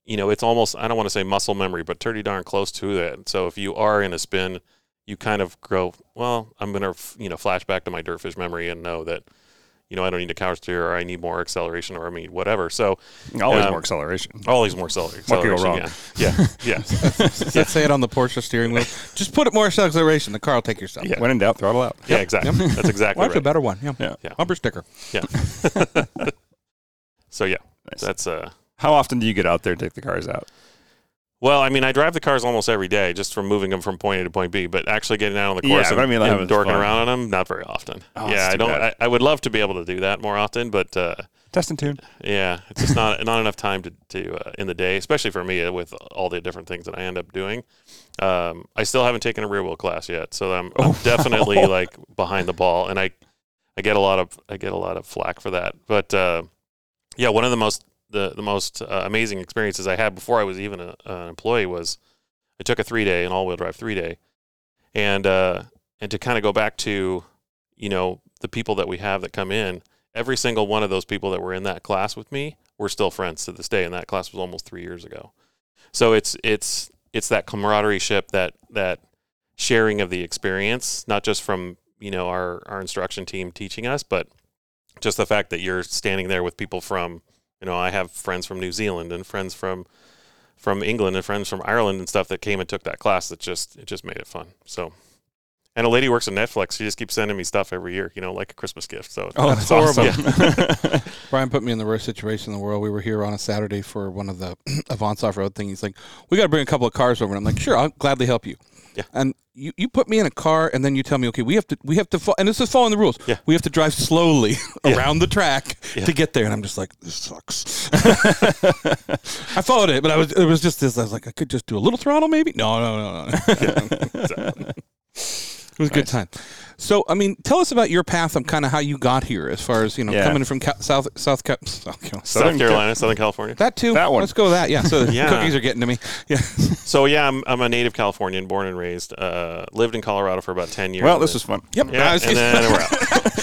[SPEAKER 1] you know it's almost I don't want to say muscle memory but pretty darn close to that. So if you are in a spin, you kind of go well I'm gonna f- you know flash back to my Dirtfish memory and know that you know I don't need a counter steer or I need more acceleration or I mean whatever. So
[SPEAKER 2] always
[SPEAKER 1] Um,
[SPEAKER 2] more acceleration.
[SPEAKER 1] always more acceler-
[SPEAKER 2] Might be all
[SPEAKER 1] acceleration.
[SPEAKER 2] wrong.
[SPEAKER 1] Yeah, yeah, yeah.
[SPEAKER 3] let's say it on the Porsche steering wheel. Just put it more acceleration. The car will take yourself.
[SPEAKER 2] When in doubt, throttle out.
[SPEAKER 1] Yeah, exactly. That's exactly
[SPEAKER 3] Well, that's a
[SPEAKER 1] right.
[SPEAKER 3] better one. Yeah.
[SPEAKER 2] Yeah.
[SPEAKER 1] Yeah.
[SPEAKER 3] Bumper sticker.
[SPEAKER 1] So yeah,
[SPEAKER 2] Nice.
[SPEAKER 1] that's uh.
[SPEAKER 2] How often do you get out there and take the cars out?
[SPEAKER 1] Well, I mean, I drive the cars almost every day just from moving them from point A to point B, but actually getting out on the
[SPEAKER 2] Yeah,
[SPEAKER 1] course
[SPEAKER 2] but
[SPEAKER 1] and,
[SPEAKER 2] I mean, like,
[SPEAKER 1] and
[SPEAKER 2] having
[SPEAKER 1] dorking
[SPEAKER 2] fun.
[SPEAKER 1] around on them not very often.
[SPEAKER 2] Oh,
[SPEAKER 1] yeah,
[SPEAKER 2] that's
[SPEAKER 1] I
[SPEAKER 2] too
[SPEAKER 1] don't. I,
[SPEAKER 2] bad.
[SPEAKER 1] I would love to be able to do that more often, but uh,
[SPEAKER 2] Test and tune.
[SPEAKER 1] yeah, it's just not not enough time to to uh, in the day, especially for me uh, with all the different things that I end up doing. Um, I still haven't taken a rear wheel class yet, so I'm, I'm definitely like behind the ball, and I I get a lot of I get a lot of flack for that. But uh, yeah, one of the most the the most uh, amazing experiences I had before I was even a, an employee was I took a three day an all wheel drive three day, and uh, and to kind of go back to you know the people that we have that come in every single one of those people that were in that class with me we're still friends to this day and that class was almost three years ago so it's it's it's that camaraderie ship that that sharing of the experience not just from you know our our instruction team teaching us but just the fact that you're standing there with people from you know i have friends from new zealand and friends from from england and friends from ireland and stuff that came and took that class that just it just made it fun so and a lady works at netflix she just keeps sending me stuff every year you know like a christmas gift so
[SPEAKER 2] Oh,
[SPEAKER 3] That's
[SPEAKER 2] that's,
[SPEAKER 3] horrible.
[SPEAKER 2] awesome.
[SPEAKER 3] Brian put me in the worst situation in the world. We were here on a Saturday for one of the Avance off road thing. He's like, "We got to bring a couple of cars over," and I'm like, "Sure, I'll gladly help you."
[SPEAKER 1] Yeah.
[SPEAKER 3] And you, you put me in a car, and then you tell me, "Okay, we have to we have to fo- and this is following the rules.
[SPEAKER 1] Yeah.
[SPEAKER 3] We have to drive slowly around the track
[SPEAKER 1] Yeah.
[SPEAKER 3] to get there." And I'm just like, "This sucks." I followed it, but I was it was just this. I was like, I could just do a little throttle, maybe. No, no, no, no. It was a good time. So, I mean, tell us about your path of kind of how you got here, as far as you know,
[SPEAKER 2] Yeah.
[SPEAKER 3] coming from Ca- South South, Ca- South Carolina.
[SPEAKER 1] South
[SPEAKER 2] Southern Cal-
[SPEAKER 1] Carolina, Southern California.
[SPEAKER 3] That too.
[SPEAKER 2] That one.
[SPEAKER 3] Let's go with that. Yeah. So the
[SPEAKER 1] Yeah.
[SPEAKER 3] cookies are getting to me. Yeah.
[SPEAKER 1] So yeah, I'm, I'm a native Californian, born and raised. Uh, lived in Colorado for about ten years.
[SPEAKER 2] Well, this was fun.
[SPEAKER 3] Yep.
[SPEAKER 1] yeah,
[SPEAKER 3] I was
[SPEAKER 1] and
[SPEAKER 3] just-
[SPEAKER 1] then we're out.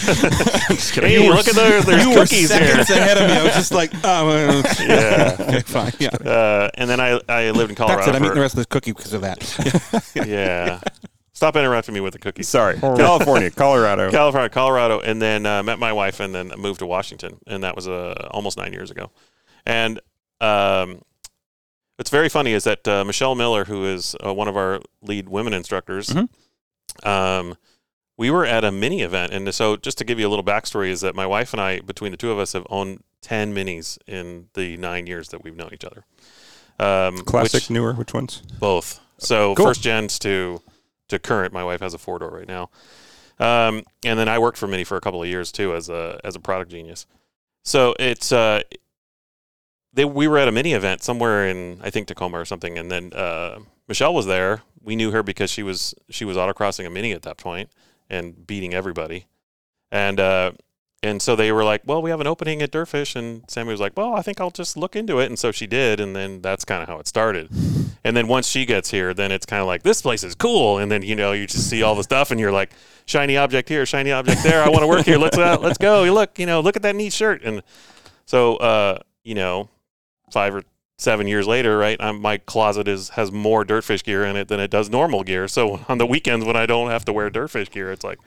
[SPEAKER 2] Just kidding.
[SPEAKER 1] Hey, look at those. There's cookies there.
[SPEAKER 3] seconds ahead of me. I was just like, um, uh,
[SPEAKER 1] Yeah.
[SPEAKER 3] okay, fine. Yeah.
[SPEAKER 1] Uh, and then I, I lived in Colorado.
[SPEAKER 3] That's it. I'm
[SPEAKER 1] for-
[SPEAKER 3] eating the rest of this cookie because of that.
[SPEAKER 1] yeah. Stop interrupting me with the cookies.
[SPEAKER 2] Sorry, California, Colorado.
[SPEAKER 1] California, Colorado, and then uh, met my wife, and then moved to Washington, and that was uh, almost nine years ago. And um, what's very funny is that uh, Michelle Miller, who is uh, one of our lead women instructors,
[SPEAKER 2] Mhm.
[SPEAKER 1] um, we were at a mini event, and so just to give you a little backstory, is that my wife and I, between the two of us, have owned ten minis in the nine years that we've known each other. Um,
[SPEAKER 2] Classic,
[SPEAKER 1] which-
[SPEAKER 2] newer, which ones?
[SPEAKER 1] both. So
[SPEAKER 2] Cool.
[SPEAKER 1] first gens to to current. My wife has a four door right now, um, and then I worked for Mini for a couple of years too as a as a product genius. So it's uh, they we were at a Mini event somewhere in I think Tacoma or something, and then uh, Michelle was there. We knew her because she was she was autocrossing a Mini at that point and beating everybody, and. Uh, and so they were like, "Well, we have an opening at Durfish," and Sammy was like, "Well, I think I'll just look into it." And so she did, and then that's kind of how it started. And then once she gets here, then it's kind of like this place is cool. And then you know you just see all the stuff, and you're like, shiny object here, shiny object there. I want to work here. Let's uh, let's go. You look, you know, look at that neat shirt. And so uh, you know, five or seven years later, right? I'm, my closet is has more dirtfish gear in it than it does normal gear. So on the weekends when I don't have to wear dirtfish gear, it's like.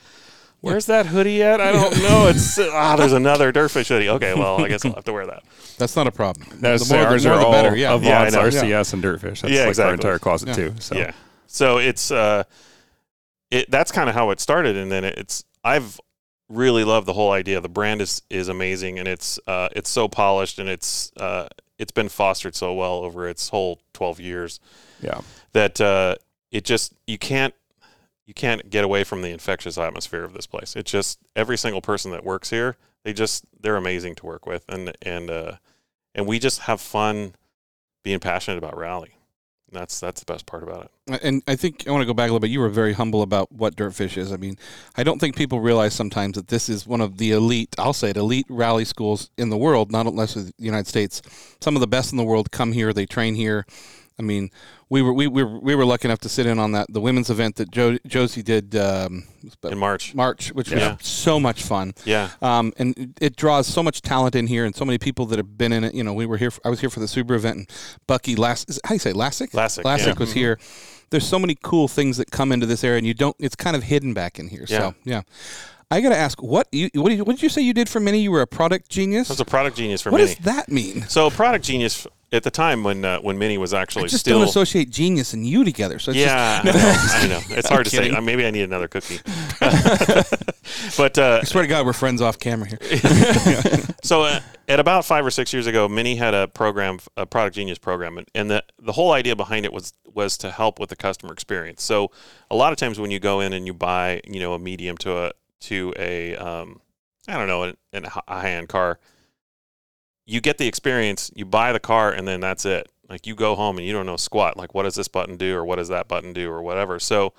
[SPEAKER 1] Where's that hoodie at? I don't know. It's ah, there's another dirtfish hoodie. Okay, well, I guess I'll have to wear that.
[SPEAKER 3] That's not a problem.
[SPEAKER 2] That's
[SPEAKER 3] more-
[SPEAKER 2] ours
[SPEAKER 3] the
[SPEAKER 2] are
[SPEAKER 3] more the
[SPEAKER 2] all
[SPEAKER 3] better, yeah.
[SPEAKER 2] Avance,
[SPEAKER 1] Yeah, I know.
[SPEAKER 2] RCS, and Dirtfish. That's
[SPEAKER 1] Yeah,
[SPEAKER 2] like our
[SPEAKER 1] exactly.
[SPEAKER 2] entire closet
[SPEAKER 3] Yeah.
[SPEAKER 2] too. So
[SPEAKER 1] Yeah. So it's uh, it that's kind of how it started, and then it's I've really loved the whole idea. The brand is is amazing, and it's uh, it's so polished, and it's uh, it's been fostered so well over its whole twelve years
[SPEAKER 2] yeah.
[SPEAKER 1] that uh, it just you can't you can't get away from the infectious atmosphere of this place. It's just every single person that works here, they just they're amazing to work with, and and uh, and we just have fun being passionate about rally. And that's that's the best part about it.
[SPEAKER 3] And I think I want to go back a little bit. You were very humble about what Dirtfish is. I mean, I don't think people realize sometimes that this is one of the elite, I'll say it, elite rally schools in the world, not unless the United States. Some of the best in the world come here, they train here. I mean, we were we, we, were, we were lucky enough to sit in on that the women's event that jo- Josie did um, it was about
[SPEAKER 1] In March,
[SPEAKER 3] March, which
[SPEAKER 1] Yeah.
[SPEAKER 3] was so much fun.
[SPEAKER 1] yeah.
[SPEAKER 3] um, and it draws so much talent in here, and so many people that have been in it. You know, we were here. For, I was here for the Subaru event, and Bucky Las. Is, how do you say Lassick?
[SPEAKER 1] Lassick,
[SPEAKER 3] Lassick
[SPEAKER 1] yeah. Mm-hmm.
[SPEAKER 3] was here. There's so many cool things that come into this area, and you don't. It's kind of hidden back in here. So yeah, I got to ask, what you what did, you what did you say you did for Mini? You were a product genius.
[SPEAKER 1] I was a product genius for
[SPEAKER 3] what
[SPEAKER 1] Mini.
[SPEAKER 3] does that mean?
[SPEAKER 1] So product genius at the time when uh, when Mini was actually
[SPEAKER 3] I just
[SPEAKER 1] still
[SPEAKER 3] don't associate genius and you together. So it's just-
[SPEAKER 1] yeah, I, know, I know. It's hard to say. Uh, Maybe I need another cookie. but uh,
[SPEAKER 3] I swear to God, we're friends off camera here.
[SPEAKER 1] so uh, at about five or six years ago, Mini had a program, a product genius program, and, and the the whole idea behind it was was to help with the customer experience. So a lot of times when you go in and you buy, you know, a medium to a to a um, I don't know, an, an hi- a high end car, you get the experience, you buy the car, and then that's it. Like you go home and you don't know squat. Like what does this button do, or what does that button do, or whatever. So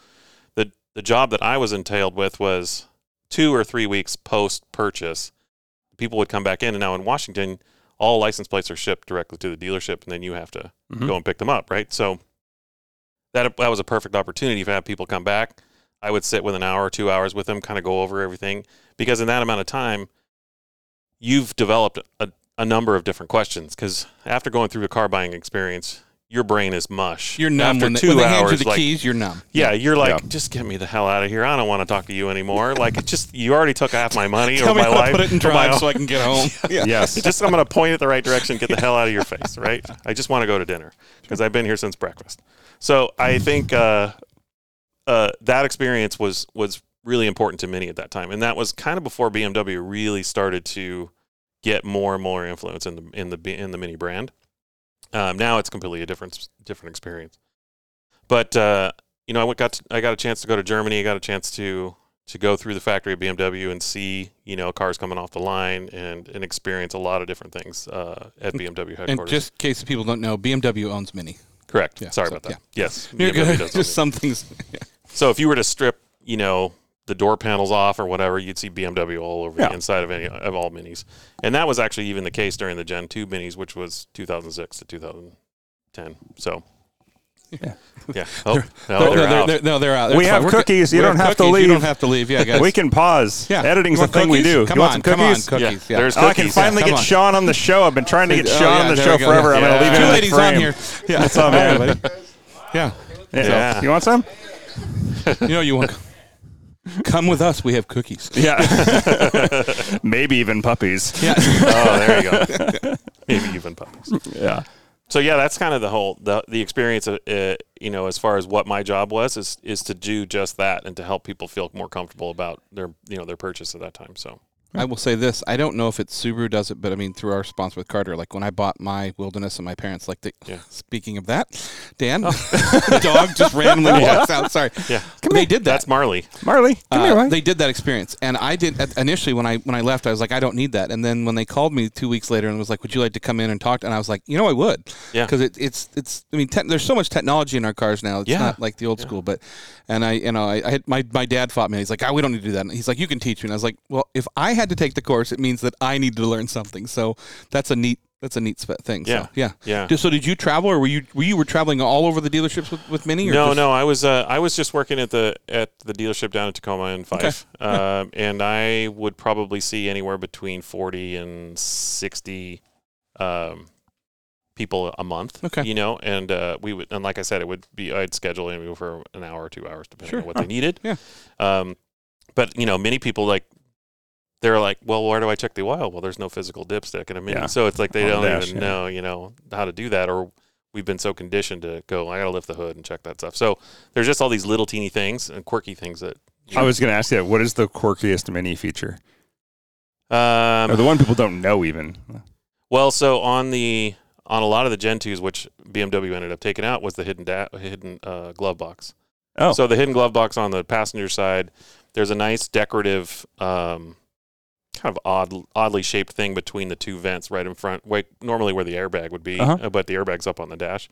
[SPEAKER 1] the the job that I was entailed with was two or three weeks post purchase people would come back in. And now in Washington, all license plates are shipped directly to the dealership, and then you have to
[SPEAKER 3] Mm-hmm.
[SPEAKER 2] Mhm.
[SPEAKER 1] go and pick them up, right? So that that was a perfect opportunity to have people come back. I would sit with an hour or two hours with them, kind of go over everything, because in that amount of time, you've developed a, a number of different questions. Because after going through the car buying experience, your brain is mush.
[SPEAKER 3] You're numb
[SPEAKER 1] after
[SPEAKER 3] when they,
[SPEAKER 1] two
[SPEAKER 3] when they hand
[SPEAKER 1] hours.
[SPEAKER 3] you the
[SPEAKER 1] like,
[SPEAKER 3] keys. You're numb.
[SPEAKER 1] yeah, you're like,
[SPEAKER 2] Yeah.
[SPEAKER 1] just get me the hell out of here. I don't want to talk to you anymore. Like, it just you already took half my money
[SPEAKER 3] Tell
[SPEAKER 1] or
[SPEAKER 3] me
[SPEAKER 1] my
[SPEAKER 3] how
[SPEAKER 1] life.
[SPEAKER 3] to put it in
[SPEAKER 1] or my
[SPEAKER 3] drive so I can get home. yeah.
[SPEAKER 2] Yes.
[SPEAKER 1] just I'm going to point at the right direction, get the hell out of your face, right? I just want to go to dinner because I've been here since breakfast. So I think uh, uh, that experience was was really important to many at that time, and that was kind of before BMW really started to get more and more influence in the in the in the Mini brand. Um, now it's completely a different different experience, but uh, you know I went, got to, I got a chance to go to Germany, I got a chance to to go through the factory at BMW and see you know cars coming off the line and and experience a lot of different things uh, at BMW headquarters.
[SPEAKER 3] And just in case the people don't know, BMW owns Mini.
[SPEAKER 1] correct.
[SPEAKER 3] yeah,
[SPEAKER 1] Sorry
[SPEAKER 3] so-
[SPEAKER 1] about that. Yes,
[SPEAKER 3] You're
[SPEAKER 1] BMW
[SPEAKER 3] good.
[SPEAKER 1] does own
[SPEAKER 3] Just
[SPEAKER 1] it.
[SPEAKER 3] some things.
[SPEAKER 1] So if you were to strip you know the door panels off or whatever, you'd see BMW all over
[SPEAKER 2] Yeah.
[SPEAKER 1] the inside of any of all minis, and that was actually even the case during the Gen two minis, which was 2006 to 2010. So.
[SPEAKER 2] Yeah.
[SPEAKER 1] yeah. Oh, no,
[SPEAKER 3] no,
[SPEAKER 1] they're
[SPEAKER 3] they're-
[SPEAKER 1] out.
[SPEAKER 3] they're- no, they're out.
[SPEAKER 2] We
[SPEAKER 3] It's
[SPEAKER 2] have
[SPEAKER 3] fine. We're good.
[SPEAKER 2] cookies. You
[SPEAKER 3] We
[SPEAKER 2] don't have to
[SPEAKER 3] You
[SPEAKER 2] leave.
[SPEAKER 3] don't have to leave. Yeah, guys.
[SPEAKER 2] we can pause.
[SPEAKER 3] Yeah.
[SPEAKER 2] Editing's
[SPEAKER 3] You
[SPEAKER 2] a
[SPEAKER 3] want
[SPEAKER 2] thing we
[SPEAKER 3] cookies?
[SPEAKER 2] do.
[SPEAKER 3] Come
[SPEAKER 2] you want
[SPEAKER 3] on,
[SPEAKER 2] some
[SPEAKER 3] come on,
[SPEAKER 2] cookies?
[SPEAKER 3] cookies.
[SPEAKER 1] yeah,
[SPEAKER 3] yeah.
[SPEAKER 1] there's
[SPEAKER 2] Oh, I can
[SPEAKER 1] cookies.
[SPEAKER 2] finally
[SPEAKER 3] Come
[SPEAKER 2] get
[SPEAKER 3] on.
[SPEAKER 2] Sean on the show. I've been trying to get
[SPEAKER 3] Oh,
[SPEAKER 2] Sean
[SPEAKER 3] yeah,
[SPEAKER 2] on the
[SPEAKER 3] there
[SPEAKER 2] show
[SPEAKER 3] we go.
[SPEAKER 2] forever. I'm
[SPEAKER 1] Yeah.
[SPEAKER 2] going to leave
[SPEAKER 1] Two
[SPEAKER 2] him
[SPEAKER 3] Two
[SPEAKER 2] in
[SPEAKER 3] ladies
[SPEAKER 2] that
[SPEAKER 3] on
[SPEAKER 2] frame.
[SPEAKER 3] here. Yeah,
[SPEAKER 2] What's up,
[SPEAKER 3] All right,
[SPEAKER 2] man?
[SPEAKER 3] buddy. Yeah,
[SPEAKER 2] Yeah.
[SPEAKER 1] Yeah.
[SPEAKER 2] You want some?
[SPEAKER 3] you know you want. Come with us. We have cookies.
[SPEAKER 2] Yeah. Maybe even puppies.
[SPEAKER 3] Yeah.
[SPEAKER 1] oh, there you go. Maybe even puppies.
[SPEAKER 2] Yeah.
[SPEAKER 1] So yeah, that's kind of the whole the the experience of uh, you know as far as what my job was is is to do just that and to help people feel more comfortable about their you know their purchase at that time. So
[SPEAKER 3] I will say this: I don't know if it's Subaru does it, but I mean through our sponsor with Carter, like when I bought my Wilderness and my parents, like the,
[SPEAKER 1] Yeah. Oh.
[SPEAKER 3] speaking of that, Dan, the dog just randomly walks out. Sorry,
[SPEAKER 1] Yeah.
[SPEAKER 3] they did that.
[SPEAKER 1] that's Marley.
[SPEAKER 2] Marley, come
[SPEAKER 3] Uh,
[SPEAKER 2] here, Ryan.
[SPEAKER 3] they did that experience, and I did at- initially when I when I left, I was like, I don't need that. And then when they called me two weeks later and was like, Would you like to come in and talk? And I was like, You know, I would,
[SPEAKER 1] Yeah.
[SPEAKER 3] because it, it's it's. I mean, te- there's so much technology in our cars now. It's
[SPEAKER 1] Yeah.
[SPEAKER 3] not like the old school, but and I you know I, I had my my dad fought me. He's like, Ah, we don't need to do that. And he's like, You can teach me. And I was like, Well, if I had to take the course, it means that I need to learn something. So that's a neat. That's a neat sp- thing.
[SPEAKER 1] Yeah.
[SPEAKER 3] So, yeah.
[SPEAKER 1] Yeah.
[SPEAKER 3] Just- So did you travel, or were you were you were traveling all over the dealerships with, with Mini? Or
[SPEAKER 1] No,
[SPEAKER 3] just-
[SPEAKER 1] no, I was uh, I was just working at the at the dealership down in Tacoma in five, um, and I would probably see anywhere between forty and sixty um, people a month.
[SPEAKER 3] Okay.
[SPEAKER 1] you know, and uh, we would and like I said, it would be I'd schedule an interview for an hour or two hours depending
[SPEAKER 3] Sure.
[SPEAKER 1] on what they needed.
[SPEAKER 3] Yeah.
[SPEAKER 1] um, but you know, many people like. They're like, well, where do I check the oil? Well, there's no physical dipstick in a mini,
[SPEAKER 2] Yeah.
[SPEAKER 1] so it's like they
[SPEAKER 2] On the
[SPEAKER 1] don't
[SPEAKER 2] dash,
[SPEAKER 1] even
[SPEAKER 2] yeah.
[SPEAKER 1] know, you know, how to do that, or we've been so conditioned to go, I got to lift the hood and check that stuff. So there's just all these little teeny things and quirky things that.
[SPEAKER 2] I was going to ask you that. What is the quirkiest mini feature?
[SPEAKER 1] Um,
[SPEAKER 2] or the one people don't know even.
[SPEAKER 1] well, so on the on a lot of the Gen 2s, which BMW ended up taking out, was the hidden da- hidden uh, glove box.
[SPEAKER 2] Oh.
[SPEAKER 1] So the hidden glove box on the passenger side, there's a nice decorative, um, kind of odd, oddly shaped thing between the two vents right in front, like normally where the airbag would be,
[SPEAKER 2] Uh-huh.
[SPEAKER 1] uh, but the airbag's up on the dash.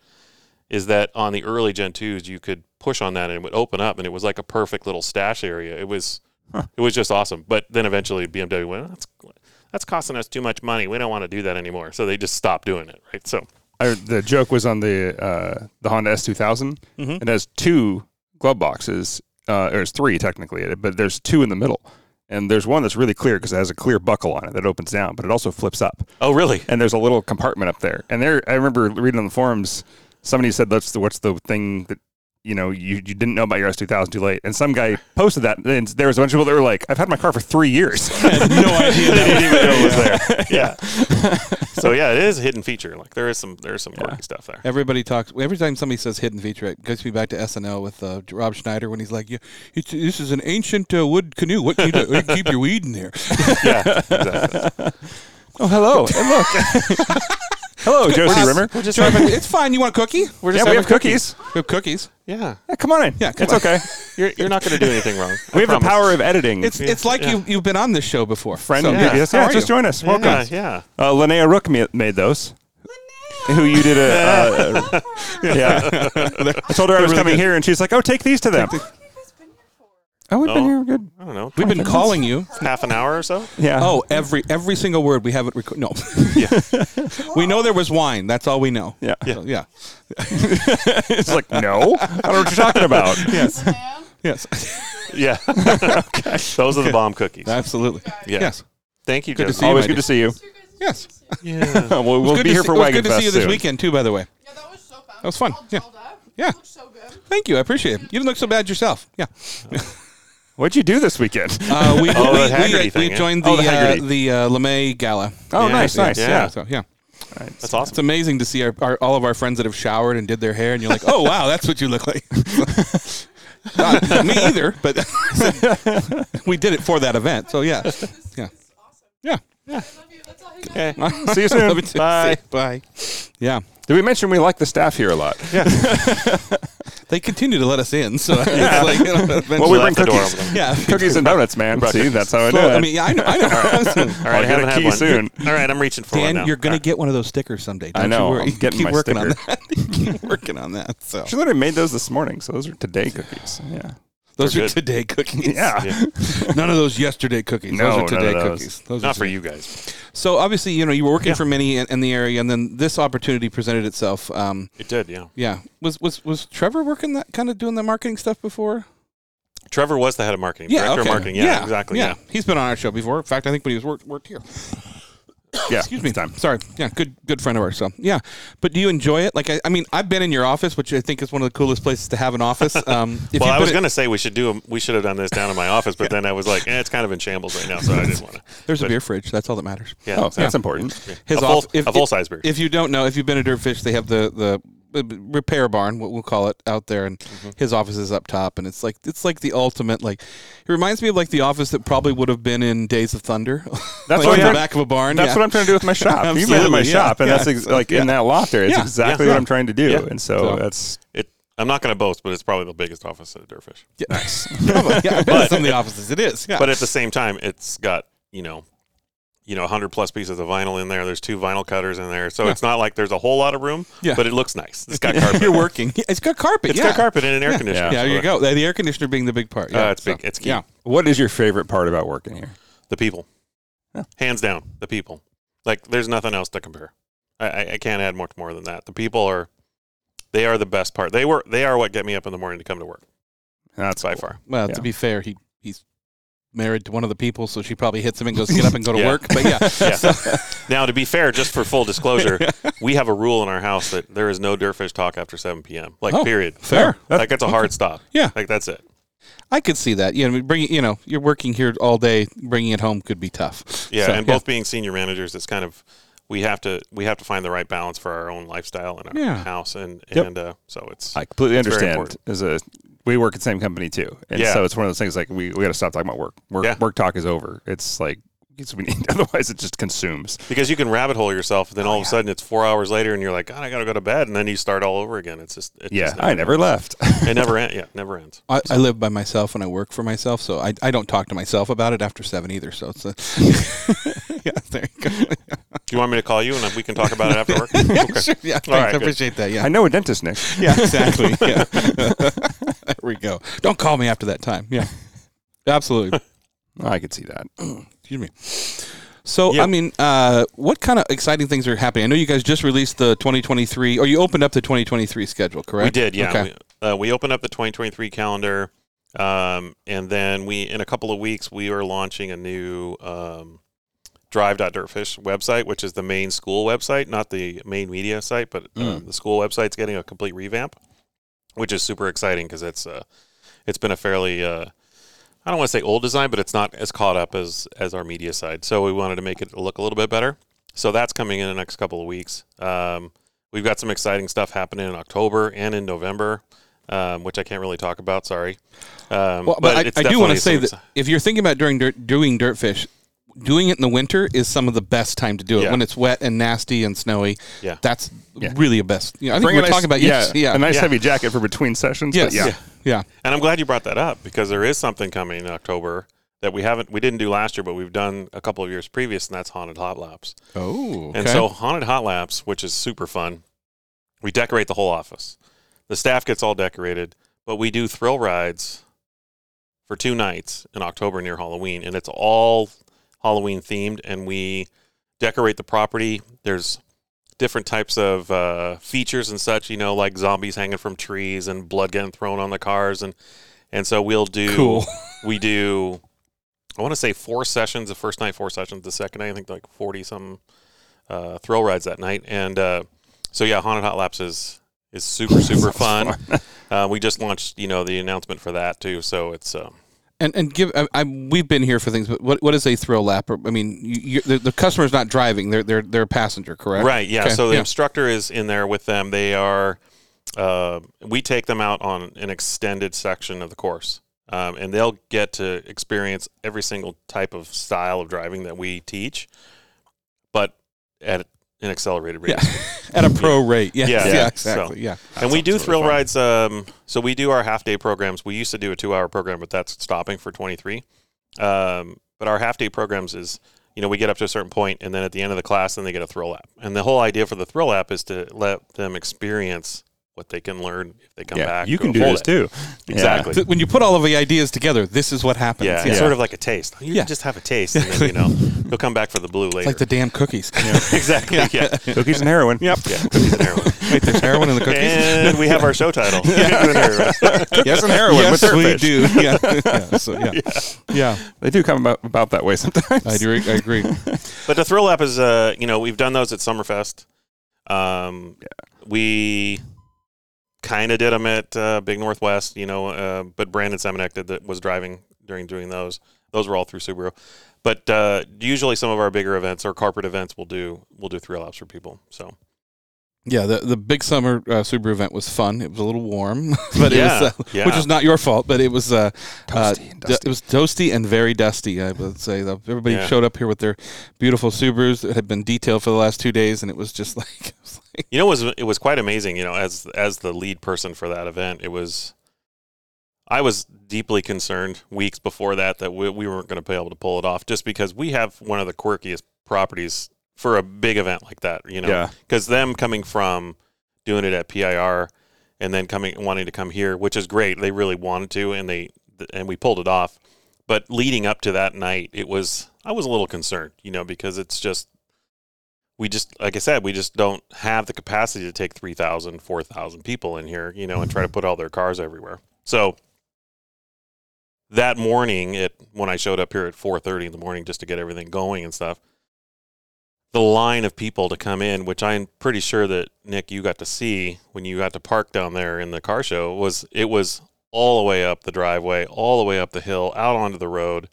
[SPEAKER 1] Is that on the early Gen 2s, you could push on that and it would open up, and it was like a perfect little stash area. It was,
[SPEAKER 2] Huh.
[SPEAKER 1] it was just awesome. But then eventually BMW went, that's that's costing us too much money. We don't want to do that anymore. So they just stopped doing it, right? So
[SPEAKER 2] I, the joke was on the uh, the Honda S2000.
[SPEAKER 3] Mhm.
[SPEAKER 2] It has two glove boxes, uh, or it's three technically, but there's two in the middle. And there's one that's really clear because it has a clear buckle on it that opens down, but it also flips up.
[SPEAKER 1] oh really?
[SPEAKER 2] And there's a little compartment up there. And there, I remember reading on the forums, somebody said, "That's the, what's the thing that you know you, you didn't know about your S2000 too late?" And some guy posted that, and there was a bunch of people that were like, "I've had my car for three years."
[SPEAKER 3] no idea.
[SPEAKER 1] They didn't even know it was there. Yeah. so yeah, it is a hidden feature. Like there is some there is some quirky stuff there.
[SPEAKER 3] Everybody talks. Every time somebody says hidden feature, it gets me back to SNL with uh, Rob Schneider when he's like, "You, it's, "This is an ancient uh, wood canoe. What can you do? You keep your weed in there."
[SPEAKER 1] Yeah, exactly.
[SPEAKER 2] oh, hello, and look, hello, Josie
[SPEAKER 3] We're just-
[SPEAKER 2] Rimmer.
[SPEAKER 1] We're just
[SPEAKER 3] Joe,
[SPEAKER 1] having-
[SPEAKER 3] it's fine. You want a cookie? We're
[SPEAKER 2] Yeah, we
[SPEAKER 3] having
[SPEAKER 2] have cookies.
[SPEAKER 3] We have cookies.
[SPEAKER 1] yeah,
[SPEAKER 2] Yeah, come on in.
[SPEAKER 3] Yeah, come
[SPEAKER 2] it's
[SPEAKER 3] on.
[SPEAKER 2] okay.
[SPEAKER 1] you're you're not going to do anything wrong. I
[SPEAKER 2] We have
[SPEAKER 1] promise.
[SPEAKER 2] the power of editing.
[SPEAKER 3] It's it's like
[SPEAKER 1] Yeah.
[SPEAKER 3] you you've been on this show before,
[SPEAKER 2] friend.
[SPEAKER 3] So,
[SPEAKER 2] and
[SPEAKER 1] yeah.
[SPEAKER 2] previous-
[SPEAKER 3] How
[SPEAKER 2] yeah,
[SPEAKER 3] are
[SPEAKER 2] just
[SPEAKER 3] you?
[SPEAKER 2] join us. Welcome.
[SPEAKER 1] Yeah, yeah.
[SPEAKER 2] Uh, Linnea Rook ma- made those. Who you did a? Uh, yeah. I told her I was
[SPEAKER 3] really
[SPEAKER 2] coming
[SPEAKER 3] good.
[SPEAKER 2] here, and she's like, "Oh, take these to them." Oh, we've been
[SPEAKER 1] Oh.
[SPEAKER 2] here good.
[SPEAKER 1] I don't know.
[SPEAKER 3] We've been calling you.
[SPEAKER 1] half an hour or so.
[SPEAKER 2] Yeah.
[SPEAKER 3] Oh, every every single word we haven't recorded. No, we know there was wine. That's all we know.
[SPEAKER 2] Yeah.
[SPEAKER 3] So, yeah.
[SPEAKER 2] it's like no. I don't know what you're talking about.
[SPEAKER 3] Yes.
[SPEAKER 5] Ma'am,
[SPEAKER 3] Yes.
[SPEAKER 1] Yeah. Those are the bomb cookies.
[SPEAKER 3] Absolutely.
[SPEAKER 1] Yeah.
[SPEAKER 3] Yes.
[SPEAKER 1] Thank you,
[SPEAKER 3] Good to
[SPEAKER 1] Jesse.
[SPEAKER 3] see you,
[SPEAKER 2] Always
[SPEAKER 3] my
[SPEAKER 2] good to
[SPEAKER 3] dear.
[SPEAKER 2] see you.
[SPEAKER 5] it's your guys'
[SPEAKER 3] Yes.
[SPEAKER 5] business.
[SPEAKER 1] Yeah.
[SPEAKER 2] we'll we'll
[SPEAKER 3] Good
[SPEAKER 2] be
[SPEAKER 3] to
[SPEAKER 2] here
[SPEAKER 3] see-
[SPEAKER 2] for
[SPEAKER 3] it was
[SPEAKER 2] Wagon
[SPEAKER 3] good to
[SPEAKER 2] Fest
[SPEAKER 3] see you this
[SPEAKER 2] soon.
[SPEAKER 3] weekend too. By the way.
[SPEAKER 5] Yeah, that was so fun.
[SPEAKER 3] was fun,
[SPEAKER 5] All
[SPEAKER 3] yeah.
[SPEAKER 5] dolled Up.
[SPEAKER 3] Yeah.
[SPEAKER 5] Looks so good.
[SPEAKER 3] Thank you. I appreciate it. You look so bad yourself. Yeah.
[SPEAKER 2] What'd you do this weekend?
[SPEAKER 3] Uh, we,
[SPEAKER 1] Oh,
[SPEAKER 3] we,
[SPEAKER 1] the
[SPEAKER 3] we-
[SPEAKER 1] Haggerty
[SPEAKER 3] we,
[SPEAKER 1] thing, yeah.
[SPEAKER 3] joined the
[SPEAKER 2] Oh, the
[SPEAKER 3] uh,
[SPEAKER 2] Haggerty. Ah.
[SPEAKER 3] the uh, LeMay gala.
[SPEAKER 2] oh,
[SPEAKER 1] yeah,
[SPEAKER 2] nice,
[SPEAKER 1] yeah,
[SPEAKER 2] nice. Yeah.
[SPEAKER 1] yeah.
[SPEAKER 3] So yeah,
[SPEAKER 1] That's awesome.
[SPEAKER 3] it's amazing to see our, our, all of our friends that have showered and did their hair, and you're like, oh wow, that's what you look like. Not me either, but we did it for that event. So yeah,
[SPEAKER 5] This
[SPEAKER 3] Yeah.
[SPEAKER 5] is awesome.
[SPEAKER 3] yeah.
[SPEAKER 5] I love you. That's all you guys.
[SPEAKER 1] Okay.
[SPEAKER 2] See you soon.
[SPEAKER 3] Love it too.
[SPEAKER 1] Bye.
[SPEAKER 3] bye. Yeah,
[SPEAKER 2] Did we mention we like the staff here a lot?
[SPEAKER 3] they continue to let us in. So it's like, you know,
[SPEAKER 2] Well, we
[SPEAKER 3] eventually-
[SPEAKER 1] Left
[SPEAKER 2] bring
[SPEAKER 1] the door
[SPEAKER 2] cookies.
[SPEAKER 1] open.
[SPEAKER 3] yeah.
[SPEAKER 2] Cookies and donuts, man. See, that's how I do
[SPEAKER 3] Well,
[SPEAKER 2] it.
[SPEAKER 3] I mean, yeah, I know. I know.
[SPEAKER 1] All right,
[SPEAKER 2] I'll
[SPEAKER 1] I
[SPEAKER 2] get
[SPEAKER 1] haven't
[SPEAKER 2] a
[SPEAKER 1] had
[SPEAKER 2] key
[SPEAKER 1] one.
[SPEAKER 2] soon.
[SPEAKER 1] All right, I'm reaching for one
[SPEAKER 3] Dan,
[SPEAKER 1] now.
[SPEAKER 3] you're gonna
[SPEAKER 1] All right.
[SPEAKER 3] get one of those stickers someday. Don't
[SPEAKER 2] I know.
[SPEAKER 3] You worry.
[SPEAKER 2] I'm getting
[SPEAKER 3] keep
[SPEAKER 2] my
[SPEAKER 3] working on
[SPEAKER 2] sticker.
[SPEAKER 3] that. keep working on that. So
[SPEAKER 2] She literally made those this morning, so those are today cookies. Yeah.
[SPEAKER 3] Those
[SPEAKER 1] They're
[SPEAKER 3] are
[SPEAKER 1] good.
[SPEAKER 3] today cookies.
[SPEAKER 2] Yeah.
[SPEAKER 1] Yeah.
[SPEAKER 3] None of those yesterday cookies.
[SPEAKER 2] No,
[SPEAKER 3] those
[SPEAKER 2] none
[SPEAKER 3] are
[SPEAKER 2] of
[SPEAKER 3] today
[SPEAKER 2] those.
[SPEAKER 3] cookies. Those are
[SPEAKER 1] Not for
[SPEAKER 3] today.
[SPEAKER 1] you guys.
[SPEAKER 3] So obviously, you know, you were working for many in, in the area, and then this opportunity presented itself. Um,
[SPEAKER 1] It did, yeah.
[SPEAKER 3] yeah. Was was was Trevor working that kind of doing the marketing stuff before?
[SPEAKER 1] Trevor was the head of marketing, director of marketing. Yeah, exactly. Yeah.
[SPEAKER 3] He's been on our show before. In fact, I think when he was worked worked here.
[SPEAKER 2] Yeah.
[SPEAKER 3] Excuse me.
[SPEAKER 2] it's Time.
[SPEAKER 3] Sorry. Yeah, good good friend of ours. So yeah, but do you enjoy it? Like I, I mean, I've been in your office, which I think is one of the coolest places to have an office. Um, if
[SPEAKER 1] Well,
[SPEAKER 3] you
[SPEAKER 1] I
[SPEAKER 3] put
[SPEAKER 1] was
[SPEAKER 3] it-
[SPEAKER 1] going to say we should do 'em- we should have done this down in my office, but then I was like, eh, it's kind of in shambles right now, so I didn't want to.
[SPEAKER 3] There's a beer fridge. That's all that matters.
[SPEAKER 1] Yeah,
[SPEAKER 2] Oh,
[SPEAKER 1] exactly.
[SPEAKER 2] that's important.
[SPEAKER 3] His
[SPEAKER 1] a full,
[SPEAKER 3] off- if-
[SPEAKER 1] a full size beer.
[SPEAKER 3] If you don't know, if you've been to Dirtfish, they have the the uh, repair barn, what we'll call it, out there, and
[SPEAKER 1] Mm-hmm.
[SPEAKER 3] his office is up top, and it's like it's like the ultimate. Like it reminds me of like the office that probably would have been in Days of Thunder.
[SPEAKER 2] That's
[SPEAKER 3] like
[SPEAKER 2] what
[SPEAKER 3] in
[SPEAKER 2] I'm-
[SPEAKER 3] the back of a barn.
[SPEAKER 2] That's
[SPEAKER 3] yeah.
[SPEAKER 2] what I'm trying to do with my shop. You've been in my
[SPEAKER 3] Absolutely, yeah,
[SPEAKER 2] shop, and
[SPEAKER 3] yeah.
[SPEAKER 2] that's ex- like in that loft there. It's
[SPEAKER 3] Yeah,
[SPEAKER 2] exactly
[SPEAKER 1] yeah.
[SPEAKER 2] what I'm trying to do,
[SPEAKER 1] Yeah.
[SPEAKER 2] and so,
[SPEAKER 3] So-
[SPEAKER 2] that's
[SPEAKER 1] It, I'm not going to boast, but it's probably the biggest office at Dirtfish.
[SPEAKER 3] Yeah. Probably. Yeah, I bet it's some of the offices. It is. Yeah.
[SPEAKER 1] But at the same time, it's got you know, you know, hundred plus pieces of vinyl in there. There's two vinyl cutters in there, so it's not like there's a whole lot of room.
[SPEAKER 3] Yeah.
[SPEAKER 1] but it looks nice. It's got carpet.
[SPEAKER 3] you're working. Yeah, it's got carpet.
[SPEAKER 1] It's
[SPEAKER 3] yeah.
[SPEAKER 1] got carpet and an air
[SPEAKER 3] Yeah.
[SPEAKER 1] conditioner.
[SPEAKER 3] Yeah,
[SPEAKER 1] so
[SPEAKER 3] there you go. The the air conditioner being the big part.
[SPEAKER 1] Uh,
[SPEAKER 3] Yeah,
[SPEAKER 1] it's big. It's key.
[SPEAKER 3] Yeah.
[SPEAKER 2] what is your favorite part about working here?
[SPEAKER 1] The people,
[SPEAKER 2] Yeah.
[SPEAKER 1] hands down, the people. Like there's nothing else to compare. I, I, I can't add much more than that. The people are, they are the best part. They were, they are what get me up in the morning to come to work
[SPEAKER 2] That's
[SPEAKER 1] by
[SPEAKER 2] cool.
[SPEAKER 1] far.
[SPEAKER 3] Well,
[SPEAKER 2] Yeah.
[SPEAKER 3] to be fair, he he's married to one of the people, so she probably hits him and goes, "Get up and go to
[SPEAKER 1] Yeah.
[SPEAKER 3] work." But yeah,
[SPEAKER 1] Yeah. now, to be fair, just for full disclosure, we have a rule in our house that there is no dirtfish talk after 7 p.m. Like,
[SPEAKER 3] Oh,
[SPEAKER 1] period.
[SPEAKER 3] fair.
[SPEAKER 1] Like, that's a hard stop.
[SPEAKER 3] Yeah.
[SPEAKER 1] Like, that's it.
[SPEAKER 3] I could see that. You know, bringing you know, you're working here all day, bringing it home could be tough.
[SPEAKER 1] Yeah.
[SPEAKER 3] So,
[SPEAKER 1] and both being senior managers, it's kind of, we have to, we have to find the right balance for our own lifestyle and our
[SPEAKER 3] Yeah.
[SPEAKER 1] house. And,
[SPEAKER 2] Yep.
[SPEAKER 1] and, uh, so it's,
[SPEAKER 2] I completely
[SPEAKER 1] very
[SPEAKER 2] understand.
[SPEAKER 1] important.
[SPEAKER 2] As a we work at the same company too, and
[SPEAKER 1] Yeah.
[SPEAKER 2] so it's one of those things like we, we got to stop talking about work. Work,
[SPEAKER 1] Yeah.
[SPEAKER 2] work talk is over. It's like it's we need, otherwise it just consumes.
[SPEAKER 1] because you can rabbit hole yourself, and then all of a sudden it's four hours later, and you're like, God, I got to go to bed. And then you start all over again. It's just, it
[SPEAKER 2] Yeah,
[SPEAKER 1] just
[SPEAKER 2] I never left.
[SPEAKER 1] it never ends. Yeah. Never ends.
[SPEAKER 3] I, I live by myself and I work for myself, so I, I don't talk to myself about it after seven either. So it's a yeah, there you go.
[SPEAKER 1] Do you want me to call you and we can talk about it after work?
[SPEAKER 3] Yeah, sure. yeah thanks.
[SPEAKER 1] right,
[SPEAKER 3] I
[SPEAKER 1] good.
[SPEAKER 3] appreciate that. Yeah,
[SPEAKER 2] I know a dentist, Nick.
[SPEAKER 3] yeah, exactly. Yeah. there we go. Don't call me after that time. Yeah, absolutely.
[SPEAKER 2] I could see that.
[SPEAKER 3] Excuse me. So
[SPEAKER 1] Yeah.
[SPEAKER 3] I mean, uh, what kind of exciting things are happening? I know you guys just released the 2023, or you opened up the 2023 schedule, correct?
[SPEAKER 1] We did, yeah.
[SPEAKER 3] Okay.
[SPEAKER 1] We, uh, we opened up the 2023 calendar, um, and then we, in a couple of weeks, we are launching a new um, Drive.Dirtfish website, which is the main school website, not the main media site, but uh, the school website's getting a complete revamp, which is super exciting because it's uh, it's been a fairly uh, I don't want to say old design, but it's not as caught up as as our media side. So we wanted to make it look a little bit better. So that's coming in the next couple of weeks. Um, we've got some exciting stuff happening in October and in November, um, which I can't really talk about. Sorry. Um,
[SPEAKER 3] Well, but,
[SPEAKER 1] it's
[SPEAKER 3] I, I do
[SPEAKER 1] definitely
[SPEAKER 3] want to say
[SPEAKER 1] some
[SPEAKER 3] that
[SPEAKER 1] exci-
[SPEAKER 3] if you're thinking about doing dirt, doing dirtfish, doing it in the winter is some of the best time to do it
[SPEAKER 1] Yeah.
[SPEAKER 3] when it's wet and nasty and snowy.
[SPEAKER 1] Yeah.
[SPEAKER 3] That's
[SPEAKER 2] Yeah.
[SPEAKER 3] really the best. You know, I think
[SPEAKER 2] Bring
[SPEAKER 3] we
[SPEAKER 2] a
[SPEAKER 3] we're
[SPEAKER 2] nice-
[SPEAKER 3] talking about yes, yeah,
[SPEAKER 2] a nice
[SPEAKER 1] Yeah.
[SPEAKER 2] heavy jacket for between sessions.
[SPEAKER 3] yes,
[SPEAKER 2] but yeah.
[SPEAKER 3] yeah, yeah.
[SPEAKER 1] And I'm glad you brought that up because there is something coming in October that we haven't we didn't do last year, but we've done a couple of years previous, and that's haunted hot laps.
[SPEAKER 3] Oh,
[SPEAKER 1] And so haunted hot laps, which is super fun, we decorate the whole office. The staff gets all decorated, but we do thrill rides for two nights in October near Halloween, and it's all Halloween themed. And we decorate the property. There's different types of uh, features and such, you know, like zombies hanging from trees and blood getting thrown on the cars, and and so we'll do
[SPEAKER 3] cool.
[SPEAKER 1] we do i want to say four sessions the first night four sessions the second night i think like 40 some uh, thrill rides that night and uh, so yeah haunted hot laps is is super super fun uh, we just launched you know the announcement for that too so it's um,
[SPEAKER 3] And and give I, I we've been here for things, but what what is a thrill lap? Or, I mean, you, you, the, the customer's not driving; they're they're they're a passenger, correct?
[SPEAKER 1] Right. Yeah.
[SPEAKER 3] Okay,
[SPEAKER 1] So the
[SPEAKER 3] yeah.
[SPEAKER 1] instructor is in there with them. They are. Uh, we take them out on an extended section of the course, um, and they'll get to experience every single type of style of driving that we teach, but at an accelerated rate.
[SPEAKER 3] At a pro rate, yes,
[SPEAKER 1] Yeah.
[SPEAKER 3] yeah,
[SPEAKER 1] Yeah.
[SPEAKER 3] exactly,
[SPEAKER 1] So-
[SPEAKER 3] yeah.
[SPEAKER 1] and we
[SPEAKER 2] sounds
[SPEAKER 1] do
[SPEAKER 2] really
[SPEAKER 1] thrill
[SPEAKER 2] fun.
[SPEAKER 1] rides. Um, so we do our half day programs. We used to do a two hour program, but that's stopping for 23. Um, but our half day programs is, you know, we get up to a certain point and then at the end of the class, then they get a thrill lap. And the whole idea for the thrill lap is to let them experience what they can learn if they come
[SPEAKER 2] yeah,
[SPEAKER 1] back.
[SPEAKER 2] you
[SPEAKER 1] to
[SPEAKER 2] can
[SPEAKER 1] a
[SPEAKER 2] do
[SPEAKER 1] full
[SPEAKER 2] this
[SPEAKER 1] day.
[SPEAKER 2] too.
[SPEAKER 1] Exactly.
[SPEAKER 3] Th- when you put all of the ideas together, this is what happens.
[SPEAKER 1] Yeah,
[SPEAKER 3] Yeah.
[SPEAKER 1] it's sort of like a taste. You
[SPEAKER 3] Yeah.
[SPEAKER 1] just have a taste, and then, you know, they'll come back for the blue later.
[SPEAKER 3] Like the damn cookies.
[SPEAKER 1] exactly. Yeah.
[SPEAKER 2] Yeah. Cookies and heroin. Yep.
[SPEAKER 1] Yeah, cookies and heroin.
[SPEAKER 3] Wait, there's heroin in the cookies.
[SPEAKER 1] And we have our show title. Cookies and heroin.
[SPEAKER 2] Yes, and heroin with
[SPEAKER 3] yes,
[SPEAKER 2] Dirtfish.
[SPEAKER 3] we do. Yeah. yeah. So yeah. yeah,
[SPEAKER 2] They do come about, about that way sometimes.
[SPEAKER 3] I do. I agree.
[SPEAKER 1] But the thrill app is, uh, you know, we've done those at Summerfest. Um, We kind of did them at uh, Big Northwest, you know, uh, but Brandon Semenek did that was driving during doing those. Those were all through Subaru. But uh, usually, some of our bigger events or corporate events will do will do thrill apps for people. So
[SPEAKER 3] Yeah, the the big summer uh, Subaru event was fun. It was a little warm, but
[SPEAKER 1] yeah,
[SPEAKER 3] it was, uh,
[SPEAKER 1] yeah.
[SPEAKER 3] which is not your fault. But it was uh, uh,
[SPEAKER 2] Toasty and
[SPEAKER 3] d-
[SPEAKER 2] dusty.
[SPEAKER 3] it was toasty and very dusty. I would say though. everybody
[SPEAKER 1] Yeah.
[SPEAKER 3] showed up here with their beautiful Subarus that had been detailed for the last two days, and it was just like, it was like-
[SPEAKER 1] You know, it was it was quite amazing. You know, as as the lead person for that event, it was. I was deeply concerned weeks before that that we, we weren't going to be able to pull it off, just because we have one of the quirkiest properties for a big event like that. You know,
[SPEAKER 2] Yeah.
[SPEAKER 1] because them coming from doing it at PIR and then coming wanting to come here, which is great. They really wanted to, and they th- and we pulled it off. But leading up to that night, it was I was a little concerned, you know, because it's just we just like I said, we just don't have the capacity to take 3,000, 4,000 people in here, you know, and try to put all their cars everywhere. So that morning, it when I showed up here at 4:30 in the morning just to get everything going and stuff, the line of people to come in, which I'm pretty sure that Nick, you got to see when you got to park down there in the car show, was it was all the way up the driveway, all the way up the hill, out onto the road,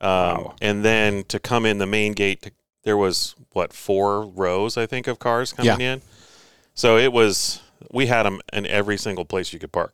[SPEAKER 1] um,
[SPEAKER 2] Wow.
[SPEAKER 1] and then to come in the main gate, to, there was what four rows I think of cars coming in. So it was we had them in every single place you could park.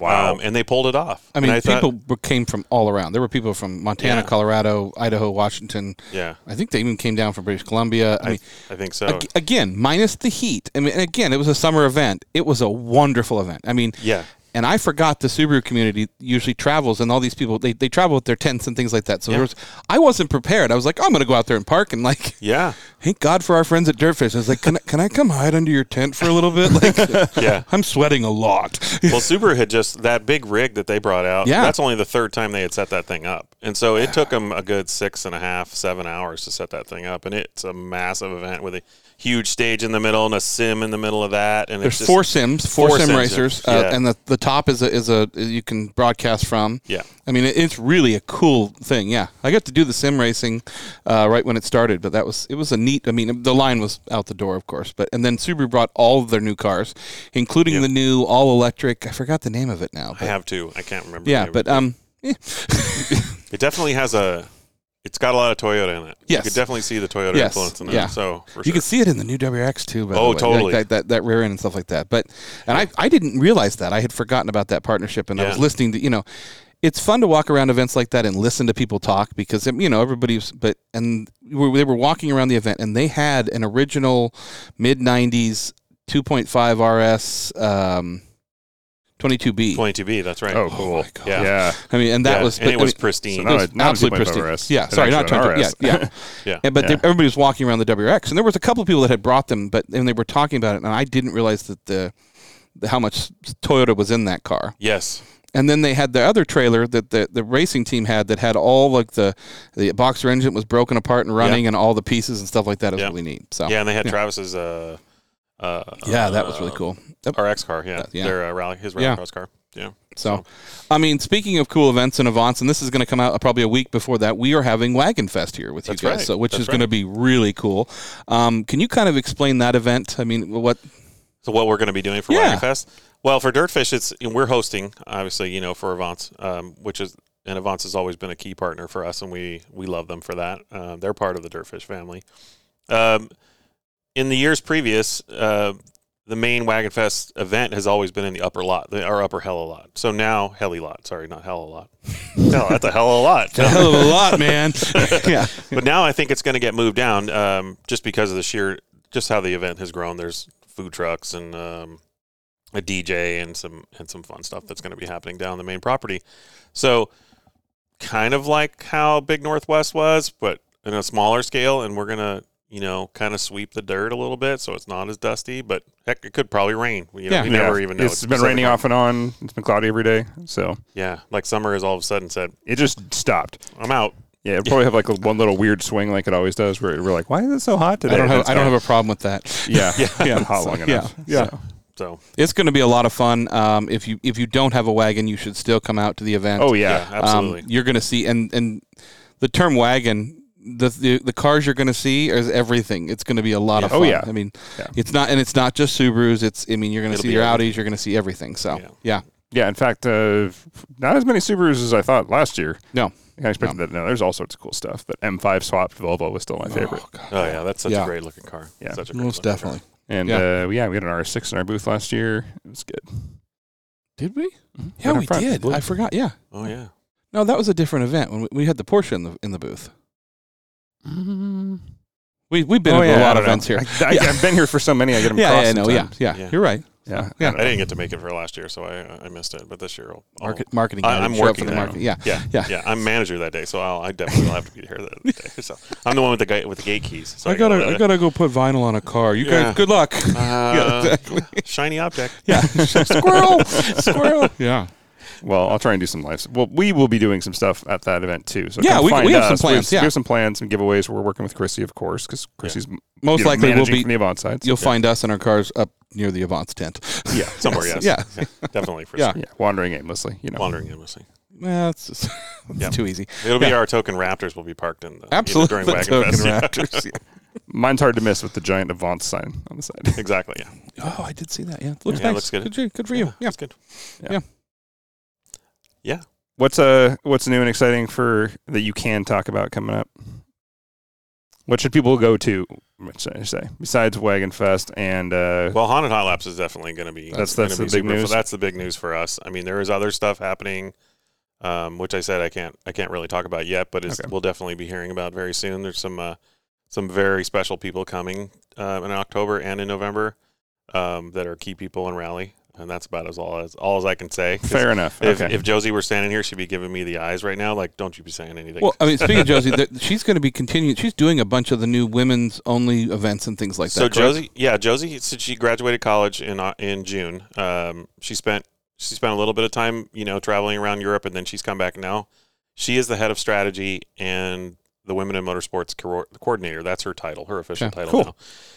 [SPEAKER 2] Wow.
[SPEAKER 1] Um, and they pulled it off.
[SPEAKER 3] I mean,
[SPEAKER 1] And thought-
[SPEAKER 3] people were- came from all around. There were people from Montana,
[SPEAKER 1] Yeah.
[SPEAKER 3] Colorado, Idaho, Washington.
[SPEAKER 1] yeah,
[SPEAKER 3] I think they even came down from British Columbia. I, mean,
[SPEAKER 1] I think so.
[SPEAKER 3] ag- again, minus the heat. I mean, and again, it was a summer event. It was a wonderful event. I mean,
[SPEAKER 1] yeah,
[SPEAKER 3] and I forgot the Subaru community usually travels, and all these people they, they travel with their tents and things like that. So
[SPEAKER 1] Yeah.
[SPEAKER 3] there was, I wasn't prepared. I was like, "Oh, I'm going to go out there and park, and like,
[SPEAKER 1] yeah,
[SPEAKER 3] thank God for our friends at Dirtfish. I was like, can I, can I come hide under your tent for a little bit? Like,
[SPEAKER 1] yeah.
[SPEAKER 3] I'm sweating a lot.
[SPEAKER 1] Well, Subaru had just that big rig that they brought out.
[SPEAKER 3] Yeah.
[SPEAKER 1] that's only the third time they had set that thing up, and so it took them a good six and a half, seven hours to set that thing up, and it's a massive event with a huge stage in the middle and a sim in the middle of that, and
[SPEAKER 3] There's
[SPEAKER 1] it's just,
[SPEAKER 3] four sims, four,
[SPEAKER 1] four
[SPEAKER 3] sim
[SPEAKER 1] sims,
[SPEAKER 3] racers,
[SPEAKER 1] yeah.
[SPEAKER 3] uh, and the the top is a is a you can broadcast from.
[SPEAKER 1] Yeah.
[SPEAKER 3] I mean, it, it's really a cool thing. Yeah, I got to do the sim racing uh, right when it started, but that was it was a neat. I mean, the line was out the door, of course, but and then Subaru brought all of their new cars, including
[SPEAKER 1] Yeah.
[SPEAKER 3] the new all electric. I forgot the name of it now.
[SPEAKER 1] I
[SPEAKER 3] But,
[SPEAKER 1] have two. I can't remember. the
[SPEAKER 3] yeah,
[SPEAKER 1] name.
[SPEAKER 3] but um, eh.
[SPEAKER 1] it definitely has a. It's got a lot of Toyota in it.
[SPEAKER 3] Yes.
[SPEAKER 1] you could definitely see the Toyota
[SPEAKER 3] Yes,
[SPEAKER 1] influence in that.
[SPEAKER 3] yeah.
[SPEAKER 1] So for
[SPEAKER 3] you
[SPEAKER 1] sure.
[SPEAKER 3] can see it in the new WRX too. By the
[SPEAKER 1] Oh,
[SPEAKER 3] way, like
[SPEAKER 1] totally.
[SPEAKER 3] that, that that rear end and stuff like that. But and I I didn't realize that I had forgotten about that partnership, and I
[SPEAKER 1] Yeah.
[SPEAKER 3] was listening to you know. It's fun to walk around events like that and listen to people talk because um, you know everybody's but and we were, they were walking around the event and they had an original mid '90s 2.5 RS um, 22B.
[SPEAKER 1] 22B. That's right.
[SPEAKER 2] Oh, cool.
[SPEAKER 3] my God.
[SPEAKER 1] Yeah.
[SPEAKER 2] yeah.
[SPEAKER 3] I mean, and that
[SPEAKER 1] Yeah,
[SPEAKER 3] was
[SPEAKER 1] and
[SPEAKER 3] but,
[SPEAKER 1] it
[SPEAKER 3] I
[SPEAKER 1] was
[SPEAKER 3] mean,
[SPEAKER 1] pristine.
[SPEAKER 2] So
[SPEAKER 3] it
[SPEAKER 2] now
[SPEAKER 3] was
[SPEAKER 2] it's- now it's
[SPEAKER 3] absolutely
[SPEAKER 2] 2.5
[SPEAKER 3] pristine.
[SPEAKER 2] RS.
[SPEAKER 3] Yeah,
[SPEAKER 2] An
[SPEAKER 3] sorry, not
[SPEAKER 2] actual
[SPEAKER 3] 22. Yeah,
[SPEAKER 2] RS.
[SPEAKER 3] yeah.
[SPEAKER 1] Yeah.
[SPEAKER 3] And, but they-
[SPEAKER 2] Yeah.
[SPEAKER 3] everybody was walking around the WRX, and there was a couple people that had brought them, but and they were talking about it, and I didn't realize that the, the how much Toyota was in that car.
[SPEAKER 1] yes.
[SPEAKER 3] And then they had the other trailer that the, the racing team had that had all like the the boxer engine was broken apart and running, and all the pieces and stuff like that. It was
[SPEAKER 1] Yeah.
[SPEAKER 3] really neat. So
[SPEAKER 1] Yeah, and they had Travis's. Uh, uh,
[SPEAKER 3] Yeah, that was really
[SPEAKER 1] uh,
[SPEAKER 3] cool. Yep.
[SPEAKER 1] RX car, yeah,
[SPEAKER 3] yeah.
[SPEAKER 1] their uh, rally, his rally
[SPEAKER 3] Yeah.
[SPEAKER 1] cross car, yeah.
[SPEAKER 3] So, I mean, speaking of cool events and events, and this is going to come out probably a week before that, we are having Wagon Fest here with
[SPEAKER 1] That's
[SPEAKER 3] you guys,
[SPEAKER 1] right.
[SPEAKER 3] so which
[SPEAKER 1] That's
[SPEAKER 3] is going to
[SPEAKER 1] right.
[SPEAKER 3] be really cool. Um, can you kind of explain that event? I mean, what?
[SPEAKER 1] So what we're going to be doing for
[SPEAKER 3] Yeah.
[SPEAKER 1] Wagon Fest? Well, for Dirtfish, it's we're hosting, obviously, you know, for Avance, um, which is and Avance has always been a key partner for us, and we we love them for that. Um, they're part of the Dirtfish family. Um, in the years previous, uh, the main Wagon Fest event has always been in the upper lot, the, our upper hella lot. So now heli lot, sorry, not hella lot. no, that's a hella lot. No.
[SPEAKER 3] hell of a lot, man. yeah,
[SPEAKER 1] but now I think it's going to get moved down um, just because of the sheer, just how the event has grown. There's food trucks and um, a DJ and some and some fun stuff that's going to be happening down the main property. So, kind of like how Big Northwest was, but in a smaller scale. And we're gonna you know, kind of sweep the dirt a little bit so it's not as dusty. But heck, it could probably rain. You know,
[SPEAKER 3] Yeah.
[SPEAKER 1] we never
[SPEAKER 2] Yeah,
[SPEAKER 1] even know.
[SPEAKER 2] It's been
[SPEAKER 1] December.
[SPEAKER 2] raining off and on. It's been cloudy every day. So
[SPEAKER 1] Yeah, like summer has all of a sudden said,
[SPEAKER 2] it just stopped.
[SPEAKER 1] "I'm out."
[SPEAKER 2] Yeah, it probably have like a, one little weird swing like it always does where we're like, why is it so hot today?
[SPEAKER 3] I don't have
[SPEAKER 2] That's
[SPEAKER 3] I don't
[SPEAKER 2] fine.
[SPEAKER 3] have a problem with that.
[SPEAKER 2] Yeah, yeah, yeah. Hot long enough.
[SPEAKER 3] yeah.
[SPEAKER 2] So,
[SPEAKER 1] So
[SPEAKER 3] It's going to be a lot of fun. Um, if you if you don't have a wagon, you should still come out to the event.
[SPEAKER 2] Oh
[SPEAKER 1] yeah,
[SPEAKER 2] yeah.
[SPEAKER 1] absolutely.
[SPEAKER 3] Um, you're going to see, and and the term wagon, the the, the cars you're going to see is everything. It's going to be a lot of
[SPEAKER 2] Oh,
[SPEAKER 3] fun.
[SPEAKER 2] yeah.
[SPEAKER 3] I mean,
[SPEAKER 2] Yeah.
[SPEAKER 3] it's not, and it's not just Subarus. It's, I mean, you're going to
[SPEAKER 1] It'll
[SPEAKER 3] see
[SPEAKER 1] be
[SPEAKER 3] your
[SPEAKER 1] everything.
[SPEAKER 3] Audis. You're going to see everything. So
[SPEAKER 1] Yeah.
[SPEAKER 3] yeah,
[SPEAKER 2] yeah. In fact, uh, not as many Subarus as I thought last year.
[SPEAKER 3] no,
[SPEAKER 2] I expected that. No, there's all sorts of cool stuff. But M5 swapped Volvo was still my favorite.
[SPEAKER 1] Oh yeah, that's such a
[SPEAKER 3] Yeah.
[SPEAKER 1] great looking car.
[SPEAKER 2] Yeah.
[SPEAKER 1] such a great
[SPEAKER 3] most
[SPEAKER 1] looking car.
[SPEAKER 3] definitely.
[SPEAKER 2] And yeah.
[SPEAKER 3] Yeah.
[SPEAKER 2] Uh, yeah, we had an RS6 in our booth last year. It was good. Mm-hmm.
[SPEAKER 3] Did we?
[SPEAKER 2] Right
[SPEAKER 3] Yeah,
[SPEAKER 2] in
[SPEAKER 3] we
[SPEAKER 2] front.
[SPEAKER 3] did.
[SPEAKER 2] Blue.
[SPEAKER 3] I forgot. Yeah.
[SPEAKER 1] Oh yeah,
[SPEAKER 3] No, that was a different event when we, we had the Porsche in the in the booth. We we've been
[SPEAKER 2] Mm-hmm. Oh,
[SPEAKER 3] to
[SPEAKER 2] yeah,
[SPEAKER 3] a
[SPEAKER 2] I
[SPEAKER 3] lot
[SPEAKER 2] don't
[SPEAKER 3] of
[SPEAKER 2] know.
[SPEAKER 3] events here.
[SPEAKER 2] I, I,
[SPEAKER 3] Yeah.
[SPEAKER 2] I've been here for so many. I get them.
[SPEAKER 3] Yeah,
[SPEAKER 2] crossed
[SPEAKER 3] yeah, no, yeah,
[SPEAKER 2] sometimes.
[SPEAKER 3] yeah,
[SPEAKER 1] Yeah.
[SPEAKER 3] You're right.
[SPEAKER 2] yeah. I
[SPEAKER 3] Yeah.
[SPEAKER 1] I
[SPEAKER 2] don't know.
[SPEAKER 1] didn't get to make it for last year, so I I missed it. But this year, I'll, I'll-
[SPEAKER 2] Oh,
[SPEAKER 3] Market, marketing.
[SPEAKER 1] I-
[SPEAKER 3] guy.
[SPEAKER 1] I'm
[SPEAKER 3] Show up
[SPEAKER 1] working
[SPEAKER 3] for the
[SPEAKER 1] now.
[SPEAKER 3] market. Yeah.
[SPEAKER 1] Yeah,
[SPEAKER 3] Yeah.
[SPEAKER 1] yeah. I'm manager that day, so I'll, I definitely will have to be here that day. So I'm the one with the guy with the gate keys. So
[SPEAKER 4] I gotta,
[SPEAKER 1] let
[SPEAKER 4] I
[SPEAKER 1] it-
[SPEAKER 4] gotta go put vinyl on a car. You
[SPEAKER 1] Yeah.
[SPEAKER 4] guys, good luck.
[SPEAKER 1] Uh,
[SPEAKER 4] Yeah,
[SPEAKER 1] Shiny object.
[SPEAKER 3] Yeah. squirrel. squirrel. Yeah.
[SPEAKER 2] Well, I'll try and do some live. Well, we will be doing some stuff at that event too. So
[SPEAKER 3] Yeah,
[SPEAKER 2] come
[SPEAKER 3] we-
[SPEAKER 2] find
[SPEAKER 3] we have some
[SPEAKER 2] us.
[SPEAKER 3] plans,
[SPEAKER 2] We have,
[SPEAKER 3] yeah.
[SPEAKER 2] some plans, some giveaways. We're working with Chrissy, of course, because Chrissy's
[SPEAKER 3] Most
[SPEAKER 2] you know,
[SPEAKER 3] likely we'll
[SPEAKER 2] managing
[SPEAKER 3] be.
[SPEAKER 2] from the Avant side. so-
[SPEAKER 3] You'll find us in our cars up near the Avance tent.
[SPEAKER 2] yeah,
[SPEAKER 1] Somewhere, yes.
[SPEAKER 3] Yeah.
[SPEAKER 1] Definitely for
[SPEAKER 3] Yeah.
[SPEAKER 1] sure.
[SPEAKER 2] yeah, wandering aimlessly. You know,
[SPEAKER 1] Wandering aimlessly.
[SPEAKER 3] Well, it's just, it's
[SPEAKER 1] Yeah.
[SPEAKER 3] too easy.
[SPEAKER 1] It'll be
[SPEAKER 3] Yeah.
[SPEAKER 1] our token Raptors will be parked in the either
[SPEAKER 3] Absolutely.
[SPEAKER 1] during Wagon
[SPEAKER 3] Token
[SPEAKER 1] Fest. Yeah.
[SPEAKER 3] Raptors. yeah.
[SPEAKER 2] mine's hard to miss with the giant Avant sign on the side.
[SPEAKER 1] Exactly. Yeah.
[SPEAKER 3] Oh, I did see that. Yeah, looks
[SPEAKER 1] Yeah,
[SPEAKER 3] nice.
[SPEAKER 1] looks good.
[SPEAKER 3] Good, you- good for you. Yeah.
[SPEAKER 1] That's good.
[SPEAKER 2] What's uh what's new and exciting for that you can talk about coming up? What should people go to? What should I say? Besides Wagon Fest and uh,
[SPEAKER 1] Well, Haunted Hot Laps is definitely going to be.
[SPEAKER 2] That's-
[SPEAKER 1] gonna
[SPEAKER 2] that's the
[SPEAKER 1] be
[SPEAKER 2] big
[SPEAKER 1] super-
[SPEAKER 2] news.
[SPEAKER 1] That's the big news for us. I mean, there is other stuff happening, um, which I said I can't I can't really talk about yet, but it's,
[SPEAKER 2] Okay.
[SPEAKER 1] we'll definitely be hearing about very soon. There's some uh, some very special people coming uh, in October and in November um, that are key people in Rally, and that's about as all as all as I can say. 'Cause
[SPEAKER 2] fair enough.
[SPEAKER 1] If,
[SPEAKER 2] okay.
[SPEAKER 1] if Josie were standing here, she'd be giving me the eyes right now. Like, don't you be saying anything?
[SPEAKER 3] Well, I mean, speaking of Josie, th she's going to be continuing. She's doing a bunch of the new women's only events and things like
[SPEAKER 1] so
[SPEAKER 3] that. correct?
[SPEAKER 1] Josie, yeah, Josie, since she graduated college in uh, in June, um, she spent she spent a little bit of time, you know, traveling around Europe, and then she's come back now. She is the head of strategy and the women in motorsports co- coordinator. That's her title, her official
[SPEAKER 3] Okay,
[SPEAKER 1] title
[SPEAKER 3] cool.
[SPEAKER 1] now.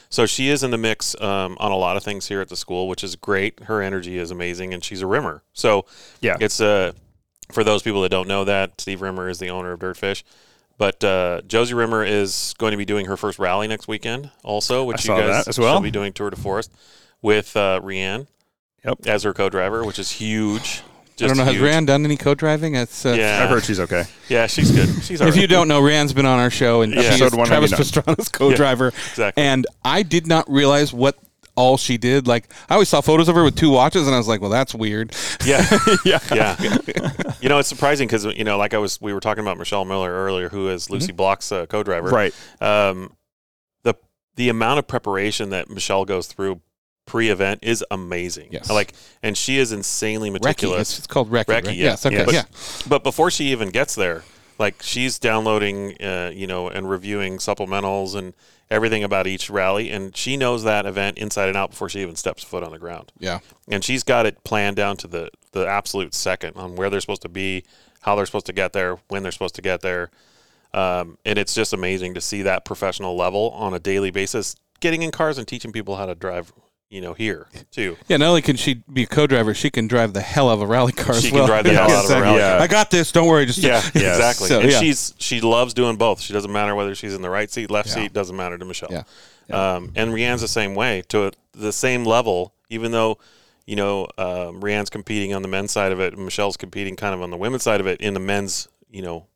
[SPEAKER 1] So she is in the mix um, on a lot of things here at the school, which is great. Her energy is amazing, and she's a rimmer. So
[SPEAKER 2] Yeah.
[SPEAKER 1] it's uh, for those people that don't know that Steve Rimmer is the owner of Dirtfish. But uh, Josie Rimmer is going to be doing her first rally next weekend, also, which
[SPEAKER 2] saw
[SPEAKER 1] you guys
[SPEAKER 2] that as well.
[SPEAKER 1] she'll be doing Tour de Forest with uh, Rianne
[SPEAKER 2] Yep.
[SPEAKER 1] as her co-driver, which is huge.
[SPEAKER 3] I don't know. Has
[SPEAKER 1] huge.
[SPEAKER 3] Rand done any co-driving? It's, uh,
[SPEAKER 1] Yeah,
[SPEAKER 2] I've heard she's okay.
[SPEAKER 1] yeah, she's good. She's all
[SPEAKER 3] If you
[SPEAKER 1] right.
[SPEAKER 3] don't know, Rand's been on our show and
[SPEAKER 1] Yeah.
[SPEAKER 3] she's
[SPEAKER 2] Episode
[SPEAKER 3] Travis
[SPEAKER 2] 199.
[SPEAKER 3] Pastrana's co-driver.
[SPEAKER 1] exactly.
[SPEAKER 3] And I did not realize what all she did. Like I always saw photos of her with two watches, and I was like, "Well, that's weird."
[SPEAKER 1] yeah, yeah, yeah. You know, it's surprising because you know, like I was, we were talking about Michelle Miller earlier, who is Lucy
[SPEAKER 3] Mm-hmm.
[SPEAKER 1] Block's uh, co-driver,
[SPEAKER 2] Right.
[SPEAKER 1] Um, the the amount of preparation that Michelle goes through pre-event is amazing.
[SPEAKER 3] Yes.
[SPEAKER 1] like, and she is insanely
[SPEAKER 3] Recce.
[SPEAKER 1] meticulous.
[SPEAKER 3] It's, it's called Recce.
[SPEAKER 1] Recce,
[SPEAKER 3] right?
[SPEAKER 1] yeah.
[SPEAKER 3] Yes. Okay.
[SPEAKER 2] Yes.
[SPEAKER 3] Yeah.
[SPEAKER 1] but before she even gets there like she's downloading uh, you know and reviewing supplementals and everything about each rally and she knows that event inside and out before she even steps foot on the ground
[SPEAKER 3] Yeah.
[SPEAKER 1] and she's got it planned down to the the absolute second on where they're supposed to be how they're supposed to get there when they're supposed to get there um, and it's just amazing to see that professional level on a daily basis getting in cars and teaching people how to drive you know here too
[SPEAKER 3] Yeah. Not only can she be a co-driver, she can drive the hell out of a rally car.
[SPEAKER 1] She
[SPEAKER 3] as
[SPEAKER 1] can
[SPEAKER 3] well.
[SPEAKER 1] drive the hell out of a
[SPEAKER 3] exactly.
[SPEAKER 1] rally car.
[SPEAKER 3] I got this. Don't worry. Just
[SPEAKER 1] Yeah,
[SPEAKER 2] Yes.
[SPEAKER 1] exactly.
[SPEAKER 3] So,
[SPEAKER 1] and
[SPEAKER 3] yeah.
[SPEAKER 1] she's she loves doing both. She doesn't matter whether she's in the right seat, left
[SPEAKER 3] Yeah.
[SPEAKER 1] seat, doesn't matter to Michelle.
[SPEAKER 3] Yeah.
[SPEAKER 1] Um, and Rianne's the same way to a, the same level, even though you know um, Rianne's competing on the men's side of it, and Michelle's competing kind of on the women's side of it in the men's you know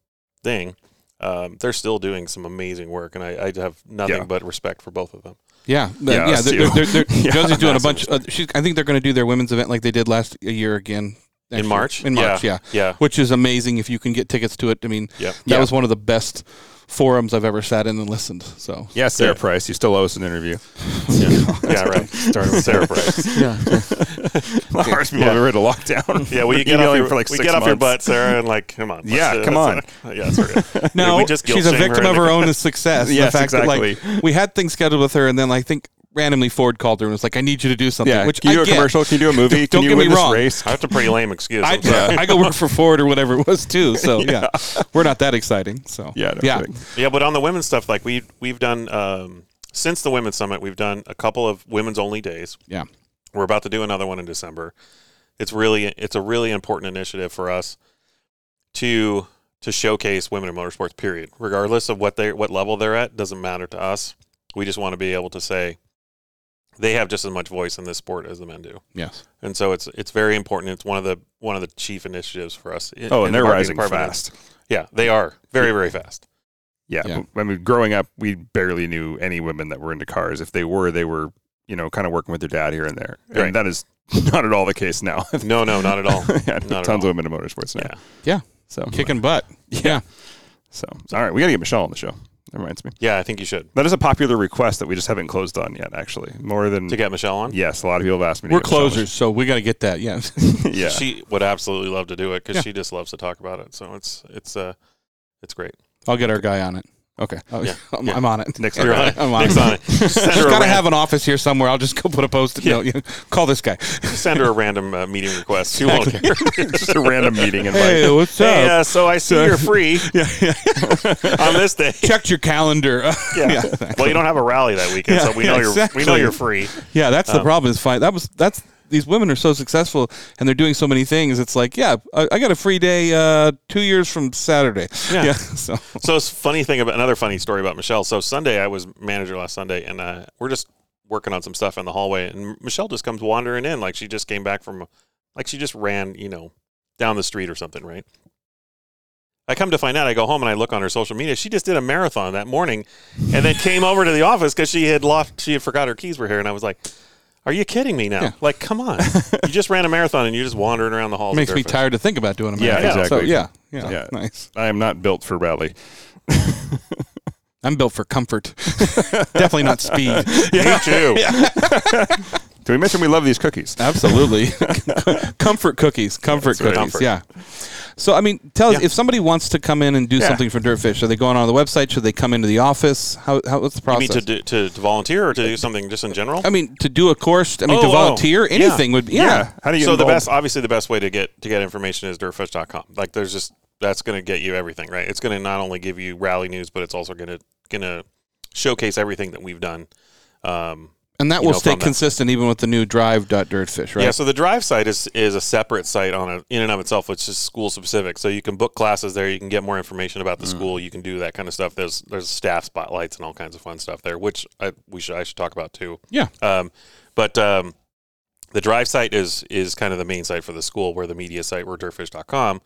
[SPEAKER 1] thing. Um, they're still doing some amazing work, and I, I have nothing
[SPEAKER 2] Yeah.
[SPEAKER 1] but respect for both of them.
[SPEAKER 3] Yeah, the-
[SPEAKER 2] Yeah,
[SPEAKER 3] yeah.
[SPEAKER 2] us
[SPEAKER 3] they're,
[SPEAKER 2] too.
[SPEAKER 3] they're, they're,
[SPEAKER 2] Yeah.
[SPEAKER 3] Josie's doing a
[SPEAKER 1] Massive
[SPEAKER 3] bunch. Of, she's, I think they're going to do their women's event like they did last a year again next
[SPEAKER 1] in
[SPEAKER 3] year.
[SPEAKER 1] March,
[SPEAKER 3] In March, yeah.
[SPEAKER 1] yeah,
[SPEAKER 3] which is amazing if you can get tickets to it. I mean,
[SPEAKER 1] yeah.
[SPEAKER 3] that
[SPEAKER 2] Yeah.
[SPEAKER 3] was one of the best forums I've ever sat in and listened. So
[SPEAKER 2] Yeah, Sarah
[SPEAKER 1] Yeah.
[SPEAKER 2] Price. You still owe us an interview.
[SPEAKER 1] Yeah, yeah right. Starting with Sarah Price.
[SPEAKER 3] yeah,
[SPEAKER 2] Ours people
[SPEAKER 1] Yeah.
[SPEAKER 2] are in a lockdown.
[SPEAKER 1] Yeah, we get off
[SPEAKER 2] Emailing
[SPEAKER 1] your,
[SPEAKER 2] for like
[SPEAKER 1] we
[SPEAKER 2] six
[SPEAKER 1] get off your
[SPEAKER 2] months.
[SPEAKER 1] butt, Sarah, and like, come on. let's
[SPEAKER 2] Yeah,
[SPEAKER 1] do
[SPEAKER 2] come
[SPEAKER 1] this. yeah, it's okay.
[SPEAKER 3] No,
[SPEAKER 1] we just guilt
[SPEAKER 3] she's a
[SPEAKER 1] shame her
[SPEAKER 3] victim of
[SPEAKER 1] into-
[SPEAKER 3] her own success.
[SPEAKER 2] Yes,
[SPEAKER 3] the fact That, like, we had things scheduled with her, and then I think randomly Ford called her and was like, "I need you to do something."
[SPEAKER 2] Yeah,
[SPEAKER 3] which
[SPEAKER 2] can you
[SPEAKER 3] I
[SPEAKER 2] do a
[SPEAKER 3] get.
[SPEAKER 2] commercial? Can you do a movie?
[SPEAKER 3] Don't
[SPEAKER 2] can you
[SPEAKER 3] get me
[SPEAKER 2] win this
[SPEAKER 3] wrong.
[SPEAKER 2] race?
[SPEAKER 1] That's a pretty lame excuse.
[SPEAKER 3] I,
[SPEAKER 1] I'm sorry.
[SPEAKER 3] I go work for Ford or whatever it was too. So yeah, we're not that exciting. So
[SPEAKER 2] Yeah, no
[SPEAKER 3] yeah.
[SPEAKER 2] kidding.
[SPEAKER 1] Yeah, but on the women's stuff, like we we've done um, since the women's summit, we've done a couple of women's only days.
[SPEAKER 3] Yeah.
[SPEAKER 1] We're about to do another one in December. It's really it's a really important initiative for us to to showcase women in motorsports. Period, regardless of what they what level they're at, doesn't matter to us. We just want to be able to say they have just as much voice in this sport as the men do,
[SPEAKER 3] Yes.
[SPEAKER 1] and so it's it's very important. It's one of the one of the chief initiatives for us. in-
[SPEAKER 2] Oh,
[SPEAKER 1] in
[SPEAKER 2] and
[SPEAKER 1] the
[SPEAKER 2] they're
[SPEAKER 1] marketing
[SPEAKER 2] rising
[SPEAKER 1] department.
[SPEAKER 2] fast.
[SPEAKER 1] Yeah, they are very very fast.
[SPEAKER 2] Yeah,
[SPEAKER 3] Yeah.
[SPEAKER 2] but, I mean, growing up, we barely knew any women that were into cars. If they were, they were you know kind of working with their dad here and there. And
[SPEAKER 1] Right.
[SPEAKER 2] that is not at all the case now.
[SPEAKER 1] No, no, not at all.
[SPEAKER 2] yeah,
[SPEAKER 1] Not at
[SPEAKER 2] tons of
[SPEAKER 1] all.
[SPEAKER 2] women in motorsports now.
[SPEAKER 1] Yeah.
[SPEAKER 3] Yeah.
[SPEAKER 2] So
[SPEAKER 3] Kicking butt. Yeah.
[SPEAKER 2] so all right, we got to get Michelle on the show. That reminds me.
[SPEAKER 1] Yeah, I think you should.
[SPEAKER 2] That is a popular request that we just haven't closed on yet. Actually, more than
[SPEAKER 1] To get Michelle on,
[SPEAKER 2] yes, a lot of people have asked me. To
[SPEAKER 3] We're
[SPEAKER 2] get Michelle on the
[SPEAKER 3] closers, so we got to get that. Yeah.
[SPEAKER 2] show. yeah,
[SPEAKER 1] she would absolutely love to do it because
[SPEAKER 3] Yeah.
[SPEAKER 1] she just loves to talk about it. So it's it's uh it's great.
[SPEAKER 3] I'll get our guy on it.
[SPEAKER 2] Okay.
[SPEAKER 3] Oh,
[SPEAKER 1] Yeah.
[SPEAKER 3] I'm,
[SPEAKER 1] Yeah.
[SPEAKER 3] I'm on it.
[SPEAKER 2] Nick's
[SPEAKER 1] You're on it.
[SPEAKER 3] I'm on
[SPEAKER 1] Nick's
[SPEAKER 3] it.
[SPEAKER 1] on it. Send
[SPEAKER 3] Just
[SPEAKER 1] her, a
[SPEAKER 3] gotta
[SPEAKER 1] ran-
[SPEAKER 3] have an office here somewhere. I'll just go put a post.
[SPEAKER 1] Yeah.
[SPEAKER 3] No, you call this guy.
[SPEAKER 1] send her a random uh, meeting request. She won't care.
[SPEAKER 2] just a random meeting invite.
[SPEAKER 3] what's
[SPEAKER 1] hey, uh, so I see you're free on this day.
[SPEAKER 3] Checked your calendar.
[SPEAKER 1] uh, Yeah. Well, you don't have a rally that weekend, so
[SPEAKER 3] Yeah,
[SPEAKER 1] we know
[SPEAKER 3] yeah,
[SPEAKER 1] you're we know
[SPEAKER 3] exactly.
[SPEAKER 1] you're free.
[SPEAKER 3] Yeah, that's
[SPEAKER 1] Oh.
[SPEAKER 3] the problem. Is fine. That was that's these women are so successful and they're doing so many things. It's like, yeah, I, I got a free day uh, two years from Saturday.
[SPEAKER 1] Yeah.
[SPEAKER 3] so
[SPEAKER 1] So it's funny thing about another funny story about Michelle. So Sunday I was manager last Sunday, and uh, we're just working on some stuff in the hallway, and Michelle just comes wandering in like she just came back from, like she just ran, you know, down the street or something, right? I come to find out, I go home and I look on her social media. She just did a marathon that morning, and then came over to the office because she had lost, she had forgot her keys were here, and I was like. Are you kidding me now?
[SPEAKER 3] Yeah.
[SPEAKER 1] Like, come on! you just ran a marathon and you're just wandering around the halls.
[SPEAKER 3] makes me
[SPEAKER 1] barefoot.
[SPEAKER 3] tired to think about doing a
[SPEAKER 2] Yeah,
[SPEAKER 3] marathon. So
[SPEAKER 2] exactly.
[SPEAKER 3] yeah, yeah,
[SPEAKER 2] Yeah.
[SPEAKER 3] nice.
[SPEAKER 2] I am not built for rally.
[SPEAKER 3] I'm built for comfort. Definitely not speed.
[SPEAKER 2] Me too. Did we mention we love these cookies?
[SPEAKER 3] Absolutely. comfort cookies. Comfort
[SPEAKER 1] right.
[SPEAKER 3] cookies.
[SPEAKER 1] Comfort.
[SPEAKER 3] Yeah. So I mean, tell us
[SPEAKER 1] Yeah.
[SPEAKER 3] if somebody wants to come in and do something for Dirtfish, are they going on the website? Should they come into the office? How, how what's the
[SPEAKER 1] You
[SPEAKER 3] process?
[SPEAKER 1] mean to, do, to to volunteer or to do something just in general?
[SPEAKER 3] I mean, to do a course. I mean, to
[SPEAKER 1] Oh, oh.
[SPEAKER 3] volunteer.
[SPEAKER 1] Yeah.
[SPEAKER 3] Anything would. Yeah.
[SPEAKER 2] How do you?
[SPEAKER 1] so
[SPEAKER 2] get
[SPEAKER 1] the
[SPEAKER 2] involved?
[SPEAKER 1] best obviously the best way to get to get information is dirtfish.com like there's just that's going to get you everything right it's going to not only give you rally news but it's also going to going to showcase everything that we've done um,
[SPEAKER 3] And that
[SPEAKER 1] you
[SPEAKER 3] will
[SPEAKER 1] know,
[SPEAKER 3] stay
[SPEAKER 1] from that.
[SPEAKER 3] consistent even with the new drive.dirtfish, right?
[SPEAKER 1] yeah so the drive site is is a separate site on a, in and of itself which is school specific so you can book classes there you can get more information about the school you can do that kind of stuff there's there's staff spotlights and all kinds of fun stuff there which I, we should I should talk about too
[SPEAKER 3] Yeah.
[SPEAKER 1] Um, but um, the drive site is is kind of the main site for the school, where the media site, where dirtfish.com,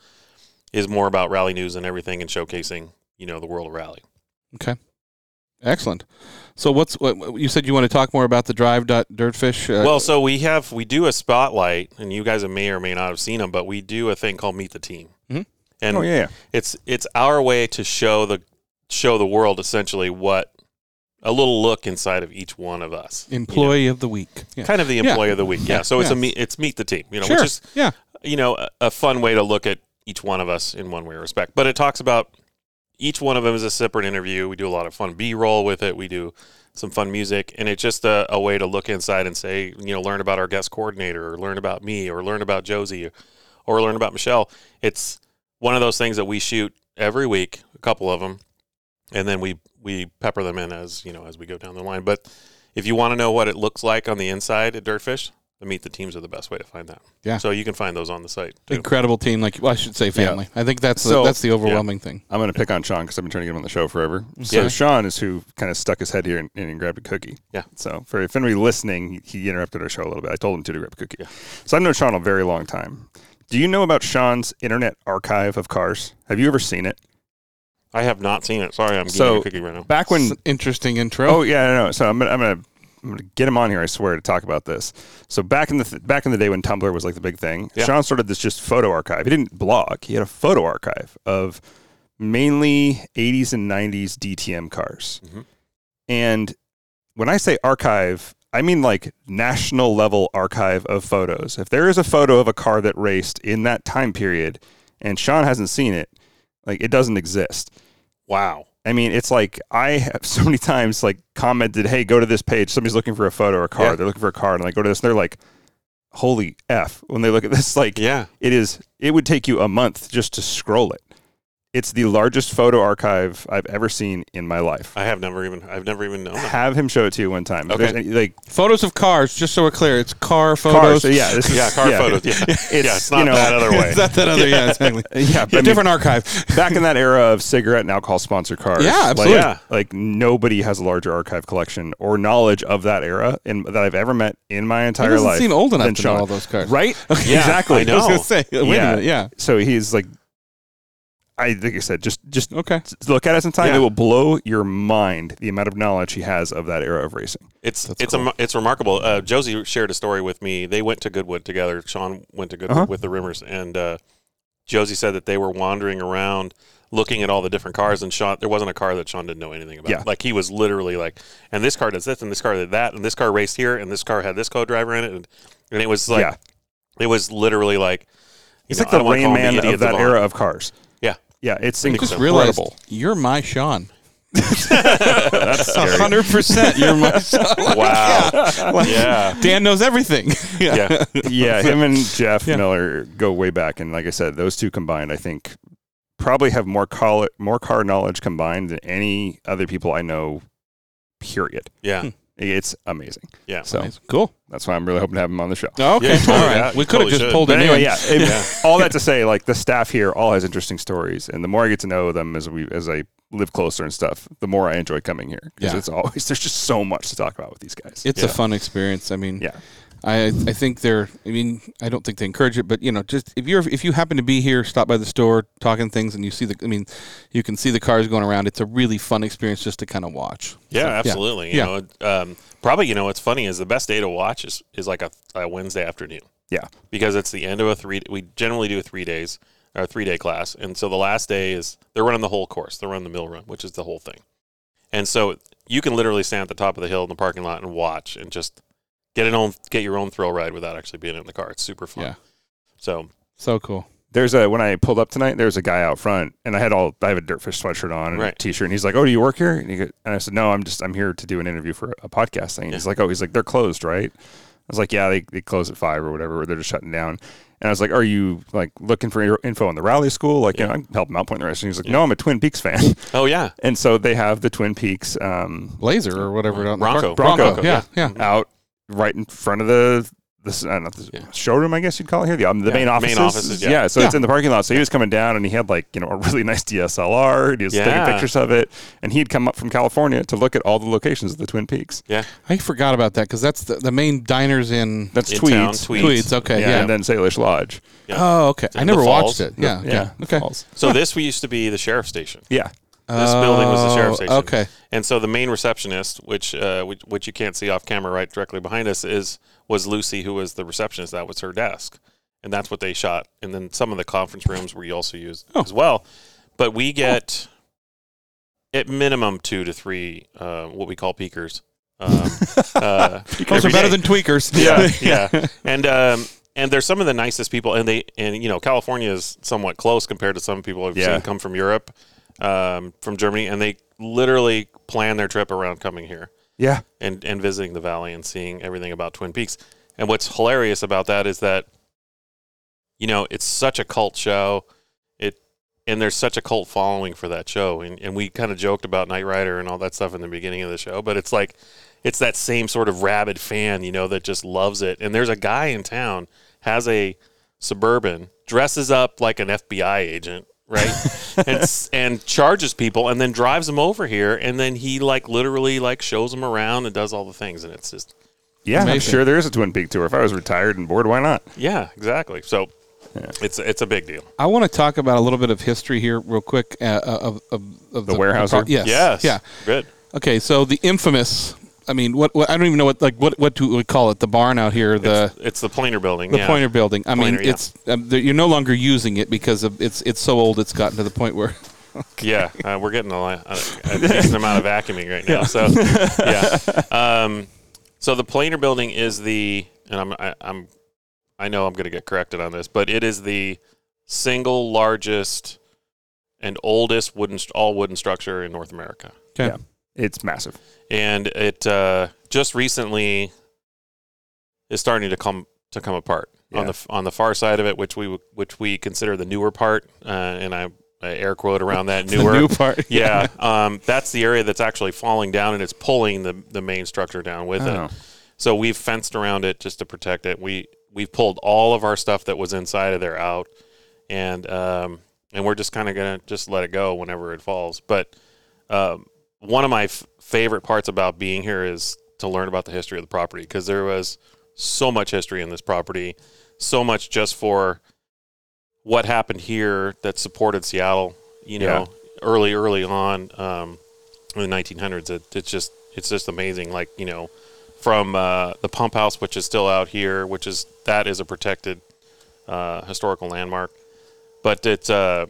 [SPEAKER 1] is more about rally news and everything and showcasing, you know, the world of rally.
[SPEAKER 3] Excellent. So what's what you said you want to talk more about the drive.dirtfish? Uh,
[SPEAKER 1] well, so we have we do a spotlight, and you guys may or may not have seen them, but we do a thing called Meet the Team,
[SPEAKER 3] Mhm.
[SPEAKER 1] and
[SPEAKER 2] Oh yeah, yeah.
[SPEAKER 1] it's it's our way to show the show the world essentially what a little look inside of each one of us, you know.
[SPEAKER 3] employee of the week. Yeah.
[SPEAKER 1] kind of the
[SPEAKER 3] Yeah.
[SPEAKER 1] employee of the week. Yeah, so it's
[SPEAKER 3] Yeah.
[SPEAKER 1] a meet, it's Meet the Team, you know,
[SPEAKER 3] sure.
[SPEAKER 1] which is
[SPEAKER 3] yeah.
[SPEAKER 1] you know, a, a fun way to look at each one of us in one way or respect. But it talks about each one of them is a separate interview. We do a lot of fun B roll with it. We do some fun music, and it's just a, a way to look inside and say, you know, learn about our guest coordinator, or learn about me, or learn about Josie, or learn about Michelle. It's one of those things that we shoot every week, a couple of them, and then we we pepper them in as you know as we go down the line. But if you want to know what it looks like on the inside at Dirtfish, the meet the teams are the best way to find that.
[SPEAKER 3] Yeah.
[SPEAKER 1] So you can find those on the site. Too.
[SPEAKER 3] Incredible team like well, I should say family. I think that's the,
[SPEAKER 2] So-
[SPEAKER 3] that's the overwhelming thing.
[SPEAKER 2] I'm going to pick on Sean because I've been trying to get him on the show forever. So
[SPEAKER 1] Okay.
[SPEAKER 2] Sean is who kind of stuck his head here and, and grabbed a cookie.
[SPEAKER 1] Yeah.
[SPEAKER 2] So for if anybody listening, he he interrupted our show a little bit. I told him to, to grab a cookie. So I've known Sean a very long time. Do you know about Sean's internet archive of cars? Have you ever seen it?
[SPEAKER 1] I have not seen it. Sorry, I'm getting
[SPEAKER 2] So-
[SPEAKER 1] a cookie right now.
[SPEAKER 2] Back when
[SPEAKER 3] It's an interesting intro.
[SPEAKER 2] Oh yeah, no. no. So I'm gonna, I'm gonna I'm gonna get him on here. I swear to talk about this. So back in the th- back in the day when Tumblr was like the big thing,
[SPEAKER 1] Yeah.
[SPEAKER 2] Sean started this just photo archive. He didn't blog. He had a photo archive of mainly 80s and 90s DTM cars.
[SPEAKER 1] Mhm.
[SPEAKER 2] And when I say archive, I mean like national level archive of photos. If there is a photo of a car that raced in that time period and Sean hasn't seen it, like it doesn't exist.
[SPEAKER 1] Wow.
[SPEAKER 2] I mean, it's like I have so many times like commented, "Hey, go to this page. Somebody's looking for a photo or a car.
[SPEAKER 1] Yeah.
[SPEAKER 2] They're looking for a car." And I go to this and they're like, "Holy f!" When they look at this like
[SPEAKER 1] Yeah.
[SPEAKER 2] it is it would take you a month just to scroll it. It's the largest photo archive I've ever seen in my life.
[SPEAKER 1] I have never even I've never even known. it.
[SPEAKER 2] Have him show it to you one time. If
[SPEAKER 1] Okay.
[SPEAKER 2] there's any- like
[SPEAKER 4] Photos of cars, just so we're clear. It's car
[SPEAKER 2] cars.
[SPEAKER 4] photos.
[SPEAKER 2] yeah, this is,
[SPEAKER 1] Yeah, car photos. Yeah. yeah, it's not
[SPEAKER 2] you know,
[SPEAKER 1] that other way.
[SPEAKER 4] Is that that other? Yeah, exactly.
[SPEAKER 2] Yeah, but I
[SPEAKER 4] A
[SPEAKER 2] mean,
[SPEAKER 4] different archive.
[SPEAKER 2] back in that era of cigarette and alcohol sponsored cars.
[SPEAKER 3] Yeah,
[SPEAKER 2] like-
[SPEAKER 3] absolutely.
[SPEAKER 1] Yeah.
[SPEAKER 2] Like nobody has a larger archive collection or knowledge of that era in, that I've ever met in my
[SPEAKER 3] He
[SPEAKER 2] entire
[SPEAKER 3] doesn't
[SPEAKER 2] life.
[SPEAKER 3] seem old
[SPEAKER 2] than
[SPEAKER 3] enough to know
[SPEAKER 2] Sean.
[SPEAKER 3] all those cars.
[SPEAKER 2] Right?
[SPEAKER 1] Yeah,
[SPEAKER 2] exactly.
[SPEAKER 1] I
[SPEAKER 3] I was
[SPEAKER 1] know.
[SPEAKER 3] gonna say. Wait
[SPEAKER 2] Yeah.
[SPEAKER 3] a minute. Yeah.
[SPEAKER 2] So he's like, I think I said, just just
[SPEAKER 3] Okay.
[SPEAKER 2] s- look at it sometime.
[SPEAKER 1] Yeah.
[SPEAKER 2] It will blow your mind the amount of knowledge he has of that era of racing.
[SPEAKER 1] It's
[SPEAKER 3] That's
[SPEAKER 1] it's
[SPEAKER 3] cool.
[SPEAKER 1] a, it's remarkable. Uh, Josie shared a story with me. They went to Goodwood together. Sean went to Goodwood
[SPEAKER 2] Uh-huh.
[SPEAKER 1] with the Rimmers, and uh, Josie said that they were wandering around looking at all the different cars. And Sean, there wasn't a car that Sean didn't know anything about.
[SPEAKER 2] Yeah.
[SPEAKER 1] Like he was literally like, and this car does this, and this car did that, and this car raced here, and this car had this co-driver in it, and, and it was like
[SPEAKER 2] yeah.
[SPEAKER 1] it was literally like. you
[SPEAKER 2] He's
[SPEAKER 1] know,
[SPEAKER 2] like
[SPEAKER 1] I don't
[SPEAKER 2] the
[SPEAKER 1] wanna
[SPEAKER 2] Rain
[SPEAKER 1] call him the
[SPEAKER 2] Man
[SPEAKER 1] idiot
[SPEAKER 2] of that
[SPEAKER 1] Devon.
[SPEAKER 2] era of cars.
[SPEAKER 1] Yeah.
[SPEAKER 2] Yeah. It's
[SPEAKER 1] I think
[SPEAKER 2] incredible.
[SPEAKER 1] so.
[SPEAKER 3] Just realized
[SPEAKER 2] Incredible.
[SPEAKER 3] you're my Sean.
[SPEAKER 2] That's scary.
[SPEAKER 3] hundred percent. You're my Sean.
[SPEAKER 1] Wow.
[SPEAKER 3] Like,
[SPEAKER 1] yeah.
[SPEAKER 3] Dan knows everything. yeah.
[SPEAKER 1] Yeah.
[SPEAKER 2] yeah, him and Jeff
[SPEAKER 3] Yeah.
[SPEAKER 2] Miller go way back, and like I said, those two combined, I think, probably have more car more car knowledge combined than any other people I know. Period.
[SPEAKER 1] Yeah.
[SPEAKER 2] It's amazing.
[SPEAKER 1] Yeah.
[SPEAKER 2] So
[SPEAKER 3] Nice. Cool.
[SPEAKER 2] that's why I'm really hoping to have him on the show.
[SPEAKER 3] Okay.
[SPEAKER 1] Yeah, totally.
[SPEAKER 3] All right.
[SPEAKER 1] Yeah,
[SPEAKER 3] we could have
[SPEAKER 1] totally
[SPEAKER 3] just
[SPEAKER 1] should.
[SPEAKER 3] pulled
[SPEAKER 2] But
[SPEAKER 3] it
[SPEAKER 2] anyway,
[SPEAKER 3] in.
[SPEAKER 2] yeah, it- all that to say, like the staff here all has interesting stories, and the more I get to know them as we as I live closer and stuff, the more I enjoy coming here because
[SPEAKER 3] Yeah.
[SPEAKER 2] it's always there's just so much to talk about with these guys.
[SPEAKER 3] It's a
[SPEAKER 2] Yeah.
[SPEAKER 3] fun experience. I mean,
[SPEAKER 2] Yeah.
[SPEAKER 3] I I think they're. I mean, I don't think they encourage it, but you know, just if you're if you happen to be here, stop by the store, talking things, and you see the. I mean, you can see the cars going around. It's a really fun experience just to kind of watch.
[SPEAKER 1] Yeah, absolutely.
[SPEAKER 3] Yeah.
[SPEAKER 1] You know, um, probably you know what's funny is the best day to watch is, is like a, a Wednesday afternoon
[SPEAKER 2] Yeah.
[SPEAKER 1] because it's the end of a three. We generally do a three days or three day class, and so the last day is they're running the whole course. They're running the mill run, which is the whole thing, and so you can literally stand at the top of the hill in the parking lot and watch and just get an own get your own thrill ride without actually being in the car. It's super fun.
[SPEAKER 3] Yeah.
[SPEAKER 1] So
[SPEAKER 3] So cool.
[SPEAKER 2] there's a when I pulled up tonight, there was a guy out front, and I had all I have a Dirtfish sweatshirt on and a
[SPEAKER 1] Right.
[SPEAKER 2] t-shirt, and he's like, "Oh, do you work here?" And, he go, and I said, "No, I'm just I'm here to do an interview for a podcast thing." And He's like, "Oh, he's like they're closed, right?" I was like, "Yeah, they, they close at five or whatever. Or they're just shutting down." And I was like, "Are you like looking for info on the rally school? Like, you know, I'm helping out point the rest." And he's like, "No, I'm a Twin Peaks fan."
[SPEAKER 1] oh yeah,
[SPEAKER 2] and so they have the Twin Peaks um,
[SPEAKER 3] Blazer or whatever. down the
[SPEAKER 1] Bronco.
[SPEAKER 3] park-
[SPEAKER 2] Bronco,
[SPEAKER 3] Yeah. Yeah.
[SPEAKER 2] out right in front of the this uh, not the
[SPEAKER 1] Yeah.
[SPEAKER 2] showroom, I guess you'd call it here, the, um, the
[SPEAKER 1] Yeah,
[SPEAKER 2] main
[SPEAKER 1] main
[SPEAKER 2] offices.
[SPEAKER 1] offices, yeah.
[SPEAKER 2] so it's
[SPEAKER 3] Yeah.
[SPEAKER 2] in the parking lot. So he was coming down, and he had like you know a really nice DSLR. and He was
[SPEAKER 1] Yeah.
[SPEAKER 2] taking pictures of it, and he'd come up from California to look at all the locations of the Twin Peaks.
[SPEAKER 1] yeah.
[SPEAKER 3] I forgot about that because that's the, the main diners in
[SPEAKER 2] That's
[SPEAKER 1] In
[SPEAKER 2] Tweeds,
[SPEAKER 1] town, Tweeds.
[SPEAKER 3] Tweeds. Okay.
[SPEAKER 2] yeah,
[SPEAKER 3] Yeah.
[SPEAKER 2] and then Salish Lodge.
[SPEAKER 3] Oh, okay. I
[SPEAKER 1] in
[SPEAKER 3] never
[SPEAKER 1] the falls.
[SPEAKER 3] watched it. Yeah.
[SPEAKER 2] yeah,
[SPEAKER 3] Yeah. Okay.
[SPEAKER 2] Falls.
[SPEAKER 1] So this we used to be the sheriff's station.
[SPEAKER 2] yeah.
[SPEAKER 1] This building was the sheriff's
[SPEAKER 3] Oh,
[SPEAKER 1] station.
[SPEAKER 3] Okay.
[SPEAKER 1] And so the main receptionist, which, uh, which which you can't see off camera, right directly behind us, is was Lucy, who was the receptionist. That was her desk, and that's what they shot. And then some of the conference rooms we also used
[SPEAKER 3] Oh.
[SPEAKER 1] as well. But we get at minimum two to three uh, what we call peakers. Um, uh,
[SPEAKER 3] Those are
[SPEAKER 1] every
[SPEAKER 3] better
[SPEAKER 1] day
[SPEAKER 3] than tweakers.
[SPEAKER 1] yeah, yeah. And um, and they're some of the nicest people. And they and you know California is somewhat close compared to some people I've
[SPEAKER 2] Yeah.
[SPEAKER 1] seen come from Europe, um, from Germany, and they literally plan their trip around coming here
[SPEAKER 2] Yeah,
[SPEAKER 1] and and visiting the valley and seeing everything about Twin Peaks. And what's hilarious about that is that you know it's such a cult show. It and there's such a cult following for that show. And and we kind of joked about Knight Rider and all that stuff in the beginning of the show, but it's like it's that same sort of rabid fan, you know, that just loves it. And there's a guy in town has a suburban, dresses up like an FBI agent, right? and s- and charges people and then drives them over here and then he like literally like shows them around and does all the things and it's just
[SPEAKER 2] yeah. I'm
[SPEAKER 3] Amazing.
[SPEAKER 2] sure there is a Twin Peak tour. If I was retired and bored, why not?
[SPEAKER 1] yeah, exactly. So it's it's a big deal.
[SPEAKER 3] I want to talk about a little bit of history here, real quick, uh, of, of, of
[SPEAKER 2] The Weyerhaeuser?
[SPEAKER 3] pro- yes.
[SPEAKER 1] Yes.
[SPEAKER 3] Yeah.
[SPEAKER 1] Good.
[SPEAKER 3] Okay. So the infamous. I mean, what, what I don't even know what like what what do we call it? The barn out here. The
[SPEAKER 1] It's the planer building.
[SPEAKER 3] the
[SPEAKER 1] yeah.
[SPEAKER 3] pointer building. I
[SPEAKER 1] Pointer,
[SPEAKER 3] mean,
[SPEAKER 1] yeah.
[SPEAKER 3] it's um, there- you're no longer using it because of, it's it's so old. It's gotten to the point where
[SPEAKER 1] Yeah, uh, we're getting a, li- a, a decent amount of vacuuming right now. So, yeah. Um, So the planer building is the, and I'm I, I'm, I know I'm going to get corrected on this, but it is the single largest and oldest wooden st- all wooden structure in North America,
[SPEAKER 2] It's massive.
[SPEAKER 1] and it uh, just recently is starting to come to come apart
[SPEAKER 2] Yeah.
[SPEAKER 1] on the f- on the far side of it, which we w- which we consider the newer part, uh, and I, I air quote around that newer.
[SPEAKER 3] The new part.
[SPEAKER 1] yeah, um, that's the area that's actually falling down, and it's pulling the the main structure down with it.
[SPEAKER 2] Oh.
[SPEAKER 1] So we've fenced around it just to protect it. We we've pulled all of our stuff that was inside of there out, and um, and we're just kind of gonna just let it go whenever it falls. But um, one of my f- favorite parts about being here is to learn about the history of the property because there was so much history in this property, so much just for what happened here that supported Seattle. You know,
[SPEAKER 2] Yeah.
[SPEAKER 1] early early on um, in the 1900s, it, it's just it's just amazing. Like you know from uh, the pump house, which is still out here, which is that is a protected uh, historical landmark. But it's uh,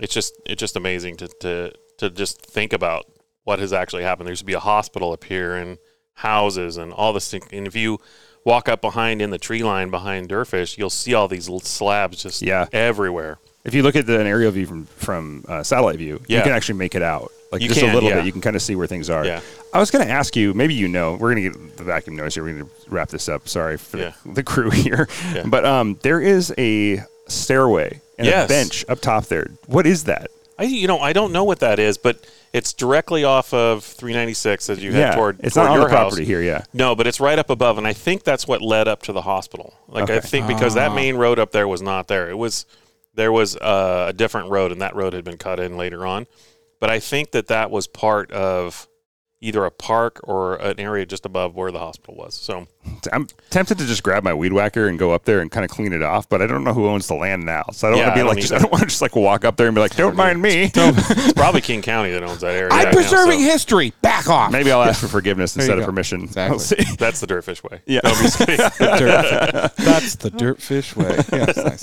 [SPEAKER 1] it's just it's just amazing to, to to just think about what has actually happened. There used to be a hospital up here and houses and all this. Thing. And if you walk up behind in the tree line behind Durfish, you'll see all these little slabs just
[SPEAKER 2] Yeah.
[SPEAKER 1] everywhere.
[SPEAKER 2] If you look at the, an aerial view from from uh, satellite view, you
[SPEAKER 1] Yeah.
[SPEAKER 2] can actually make it out. Like
[SPEAKER 1] You
[SPEAKER 2] just
[SPEAKER 1] can,
[SPEAKER 2] a little
[SPEAKER 1] yeah.
[SPEAKER 2] bit, you can kind of see where things are.
[SPEAKER 1] Yeah.
[SPEAKER 2] I was going to ask you, maybe you know, we're going to get the vacuum noise here. We're going to wrap this up. Sorry for
[SPEAKER 1] Yeah.
[SPEAKER 2] the, the crew here,
[SPEAKER 1] Yeah.
[SPEAKER 2] but um, there is a stairway and
[SPEAKER 1] Yes.
[SPEAKER 2] a bench up top there. What is that?
[SPEAKER 1] I you know I don't know what that is, but it's directly off of 396 as you head
[SPEAKER 2] yeah,
[SPEAKER 1] toward
[SPEAKER 2] it's
[SPEAKER 1] toward
[SPEAKER 2] not on
[SPEAKER 1] your
[SPEAKER 2] the
[SPEAKER 1] house.
[SPEAKER 2] property here. Yeah,
[SPEAKER 1] No, but it's right up above, and I think that's what led up to the hospital. Like I
[SPEAKER 2] Okay.
[SPEAKER 1] think because that main road up there was not there. It was there was uh, a different road, and that road had been cut in later on. But I think that that was part of either a park or an area just above where the hospital was. So
[SPEAKER 2] I'm tempted to just grab my weed whacker and go up there and kind of clean it off, but I don't know who owns the land now, so I don't
[SPEAKER 1] Yeah,
[SPEAKER 2] want
[SPEAKER 1] I
[SPEAKER 2] to be
[SPEAKER 1] don't
[SPEAKER 2] like, just, I
[SPEAKER 1] either.
[SPEAKER 2] don't want to just like walk up there and be like, don't mind me.
[SPEAKER 1] it's probably King County that owns that area.
[SPEAKER 3] I'm
[SPEAKER 1] right now,
[SPEAKER 3] preserving
[SPEAKER 1] so
[SPEAKER 3] history. Back off.
[SPEAKER 2] Maybe I'll ask for forgiveness
[SPEAKER 3] you
[SPEAKER 2] instead of
[SPEAKER 3] go.
[SPEAKER 2] permission.
[SPEAKER 3] Exactly.
[SPEAKER 2] I'll see.
[SPEAKER 1] That's the Dirtfish way.
[SPEAKER 2] Yeah.
[SPEAKER 1] No, I'm just kidding.
[SPEAKER 4] That's the dirt fish way.
[SPEAKER 3] yeah, it's nice.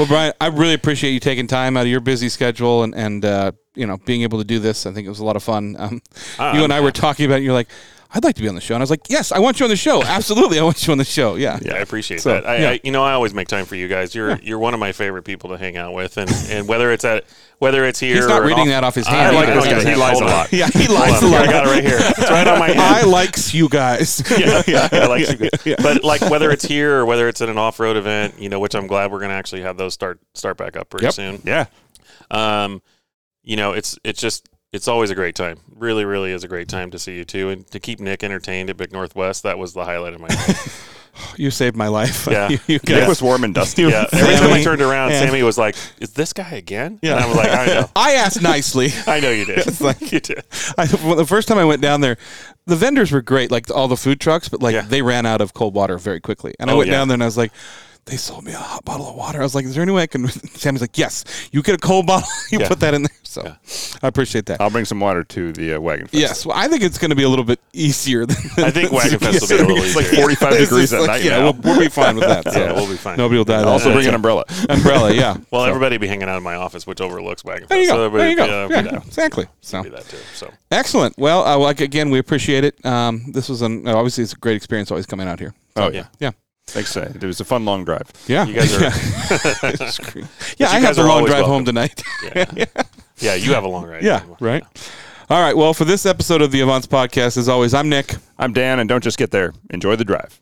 [SPEAKER 3] Well, Brian, I really appreciate you taking time out of your busy schedule and and uh, you know being able to do this. I think it was a lot of fun. Um,
[SPEAKER 1] Ah,
[SPEAKER 3] you and I were talking about. it, You're like, I'd like to be on the show, and I was like, Yes, I want you on the show. Absolutely, I want you on the show. Yeah.
[SPEAKER 1] I appreciate
[SPEAKER 2] So,
[SPEAKER 1] that. I,
[SPEAKER 3] yeah.
[SPEAKER 1] I, you know, I always make time for you guys. You're you're one of my favorite people to hang out with, and, and whether it's at whether it's here,
[SPEAKER 3] He's not
[SPEAKER 1] or an
[SPEAKER 3] reading
[SPEAKER 1] off-
[SPEAKER 3] that off his
[SPEAKER 1] I
[SPEAKER 3] hand.
[SPEAKER 1] like
[SPEAKER 3] either.
[SPEAKER 1] this guy.
[SPEAKER 3] Hold
[SPEAKER 1] He
[SPEAKER 3] on.
[SPEAKER 1] lies a
[SPEAKER 3] Hold on.
[SPEAKER 1] lot.
[SPEAKER 3] Yeah, he
[SPEAKER 1] Hold
[SPEAKER 3] lies a
[SPEAKER 1] on.
[SPEAKER 3] lot.
[SPEAKER 1] I got it right here. It's right on my hand.
[SPEAKER 3] I likes you guys.
[SPEAKER 1] yeah, I like you. But like whether it's here or whether it's at an off-road event, you know, which I'm glad we're going to actually have those start start back up pretty
[SPEAKER 3] Yep.
[SPEAKER 1] soon.
[SPEAKER 2] Yeah.
[SPEAKER 1] Um, you know, it's it's just it's always a great time. Really, really is a great time to see you two and to keep Nick entertained at Big Northwest. That was the highlight of my night.
[SPEAKER 3] You saved my life.
[SPEAKER 1] Yeah.
[SPEAKER 3] you, you guys.
[SPEAKER 2] Nick was warm and dusty.
[SPEAKER 1] yeah. Every time I
[SPEAKER 3] Sammy
[SPEAKER 1] turned around,
[SPEAKER 3] and-
[SPEAKER 1] Sammy was like, "Is this guy again?" Yeah. And I was like, "I know,
[SPEAKER 3] I asked nicely.
[SPEAKER 1] I know you did.
[SPEAKER 3] like-
[SPEAKER 1] you did."
[SPEAKER 3] I, well, the first time I went down there, the vendors were great, like all the food trucks, but like
[SPEAKER 1] Yeah.
[SPEAKER 3] they ran out of cold water very quickly. And I
[SPEAKER 1] Oh,
[SPEAKER 3] went
[SPEAKER 1] yeah.
[SPEAKER 3] down there and I was like, they sold me a hot bottle of water. I was like, is there any way I can? Sammy's like, yes, you get a cold bottle, you
[SPEAKER 1] Yeah. Uh,
[SPEAKER 3] put that in there. So I appreciate that.
[SPEAKER 2] I'll bring some water to the uh, wagon. Fest.
[SPEAKER 3] yes, well, I think it's going to be a little bit easier than
[SPEAKER 1] I think Wagon Fest will be a little
[SPEAKER 2] It's like
[SPEAKER 1] easier.
[SPEAKER 2] 45
[SPEAKER 3] It's
[SPEAKER 2] degrees
[SPEAKER 3] just
[SPEAKER 2] at
[SPEAKER 3] like,
[SPEAKER 2] night.
[SPEAKER 3] Yeah,
[SPEAKER 2] now.
[SPEAKER 3] We'll, we'll be fine with that. So.
[SPEAKER 1] Yeah, we'll be fine.
[SPEAKER 3] Nobody will die.
[SPEAKER 2] And
[SPEAKER 3] that
[SPEAKER 2] also
[SPEAKER 3] day.
[SPEAKER 2] bring an umbrella.
[SPEAKER 3] umbrella. Yeah.
[SPEAKER 1] Well, everybody be hanging out in my office, which overlooks Wagon
[SPEAKER 3] There you
[SPEAKER 1] Fest.
[SPEAKER 3] go.
[SPEAKER 1] So
[SPEAKER 3] there you
[SPEAKER 1] everybody- yeah,
[SPEAKER 3] go. Yeah,
[SPEAKER 1] we'll be down.
[SPEAKER 3] exactly. So.
[SPEAKER 1] do that too. So
[SPEAKER 3] Excellent. Well, uh, like again, we appreciate it. Um, this was an obviously it's a great experience always coming out here.
[SPEAKER 2] Oh yeah,
[SPEAKER 3] Yeah.
[SPEAKER 2] thanks. uh, It was a fun long drive.
[SPEAKER 3] Yeah.
[SPEAKER 1] Oh, you guys are.
[SPEAKER 3] yeah. Yeah,
[SPEAKER 1] But you
[SPEAKER 3] I have
[SPEAKER 1] guys
[SPEAKER 3] the
[SPEAKER 1] are
[SPEAKER 3] long
[SPEAKER 1] always
[SPEAKER 3] drive
[SPEAKER 1] welcome.
[SPEAKER 3] home tonight.
[SPEAKER 1] Yeah. yeah. you have a long ride.
[SPEAKER 3] yeah, right. All right. Well, for this episode of the Avance podcast, as always, I'm Nick.
[SPEAKER 2] I'm Dan, and don't just get there. Enjoy the drive.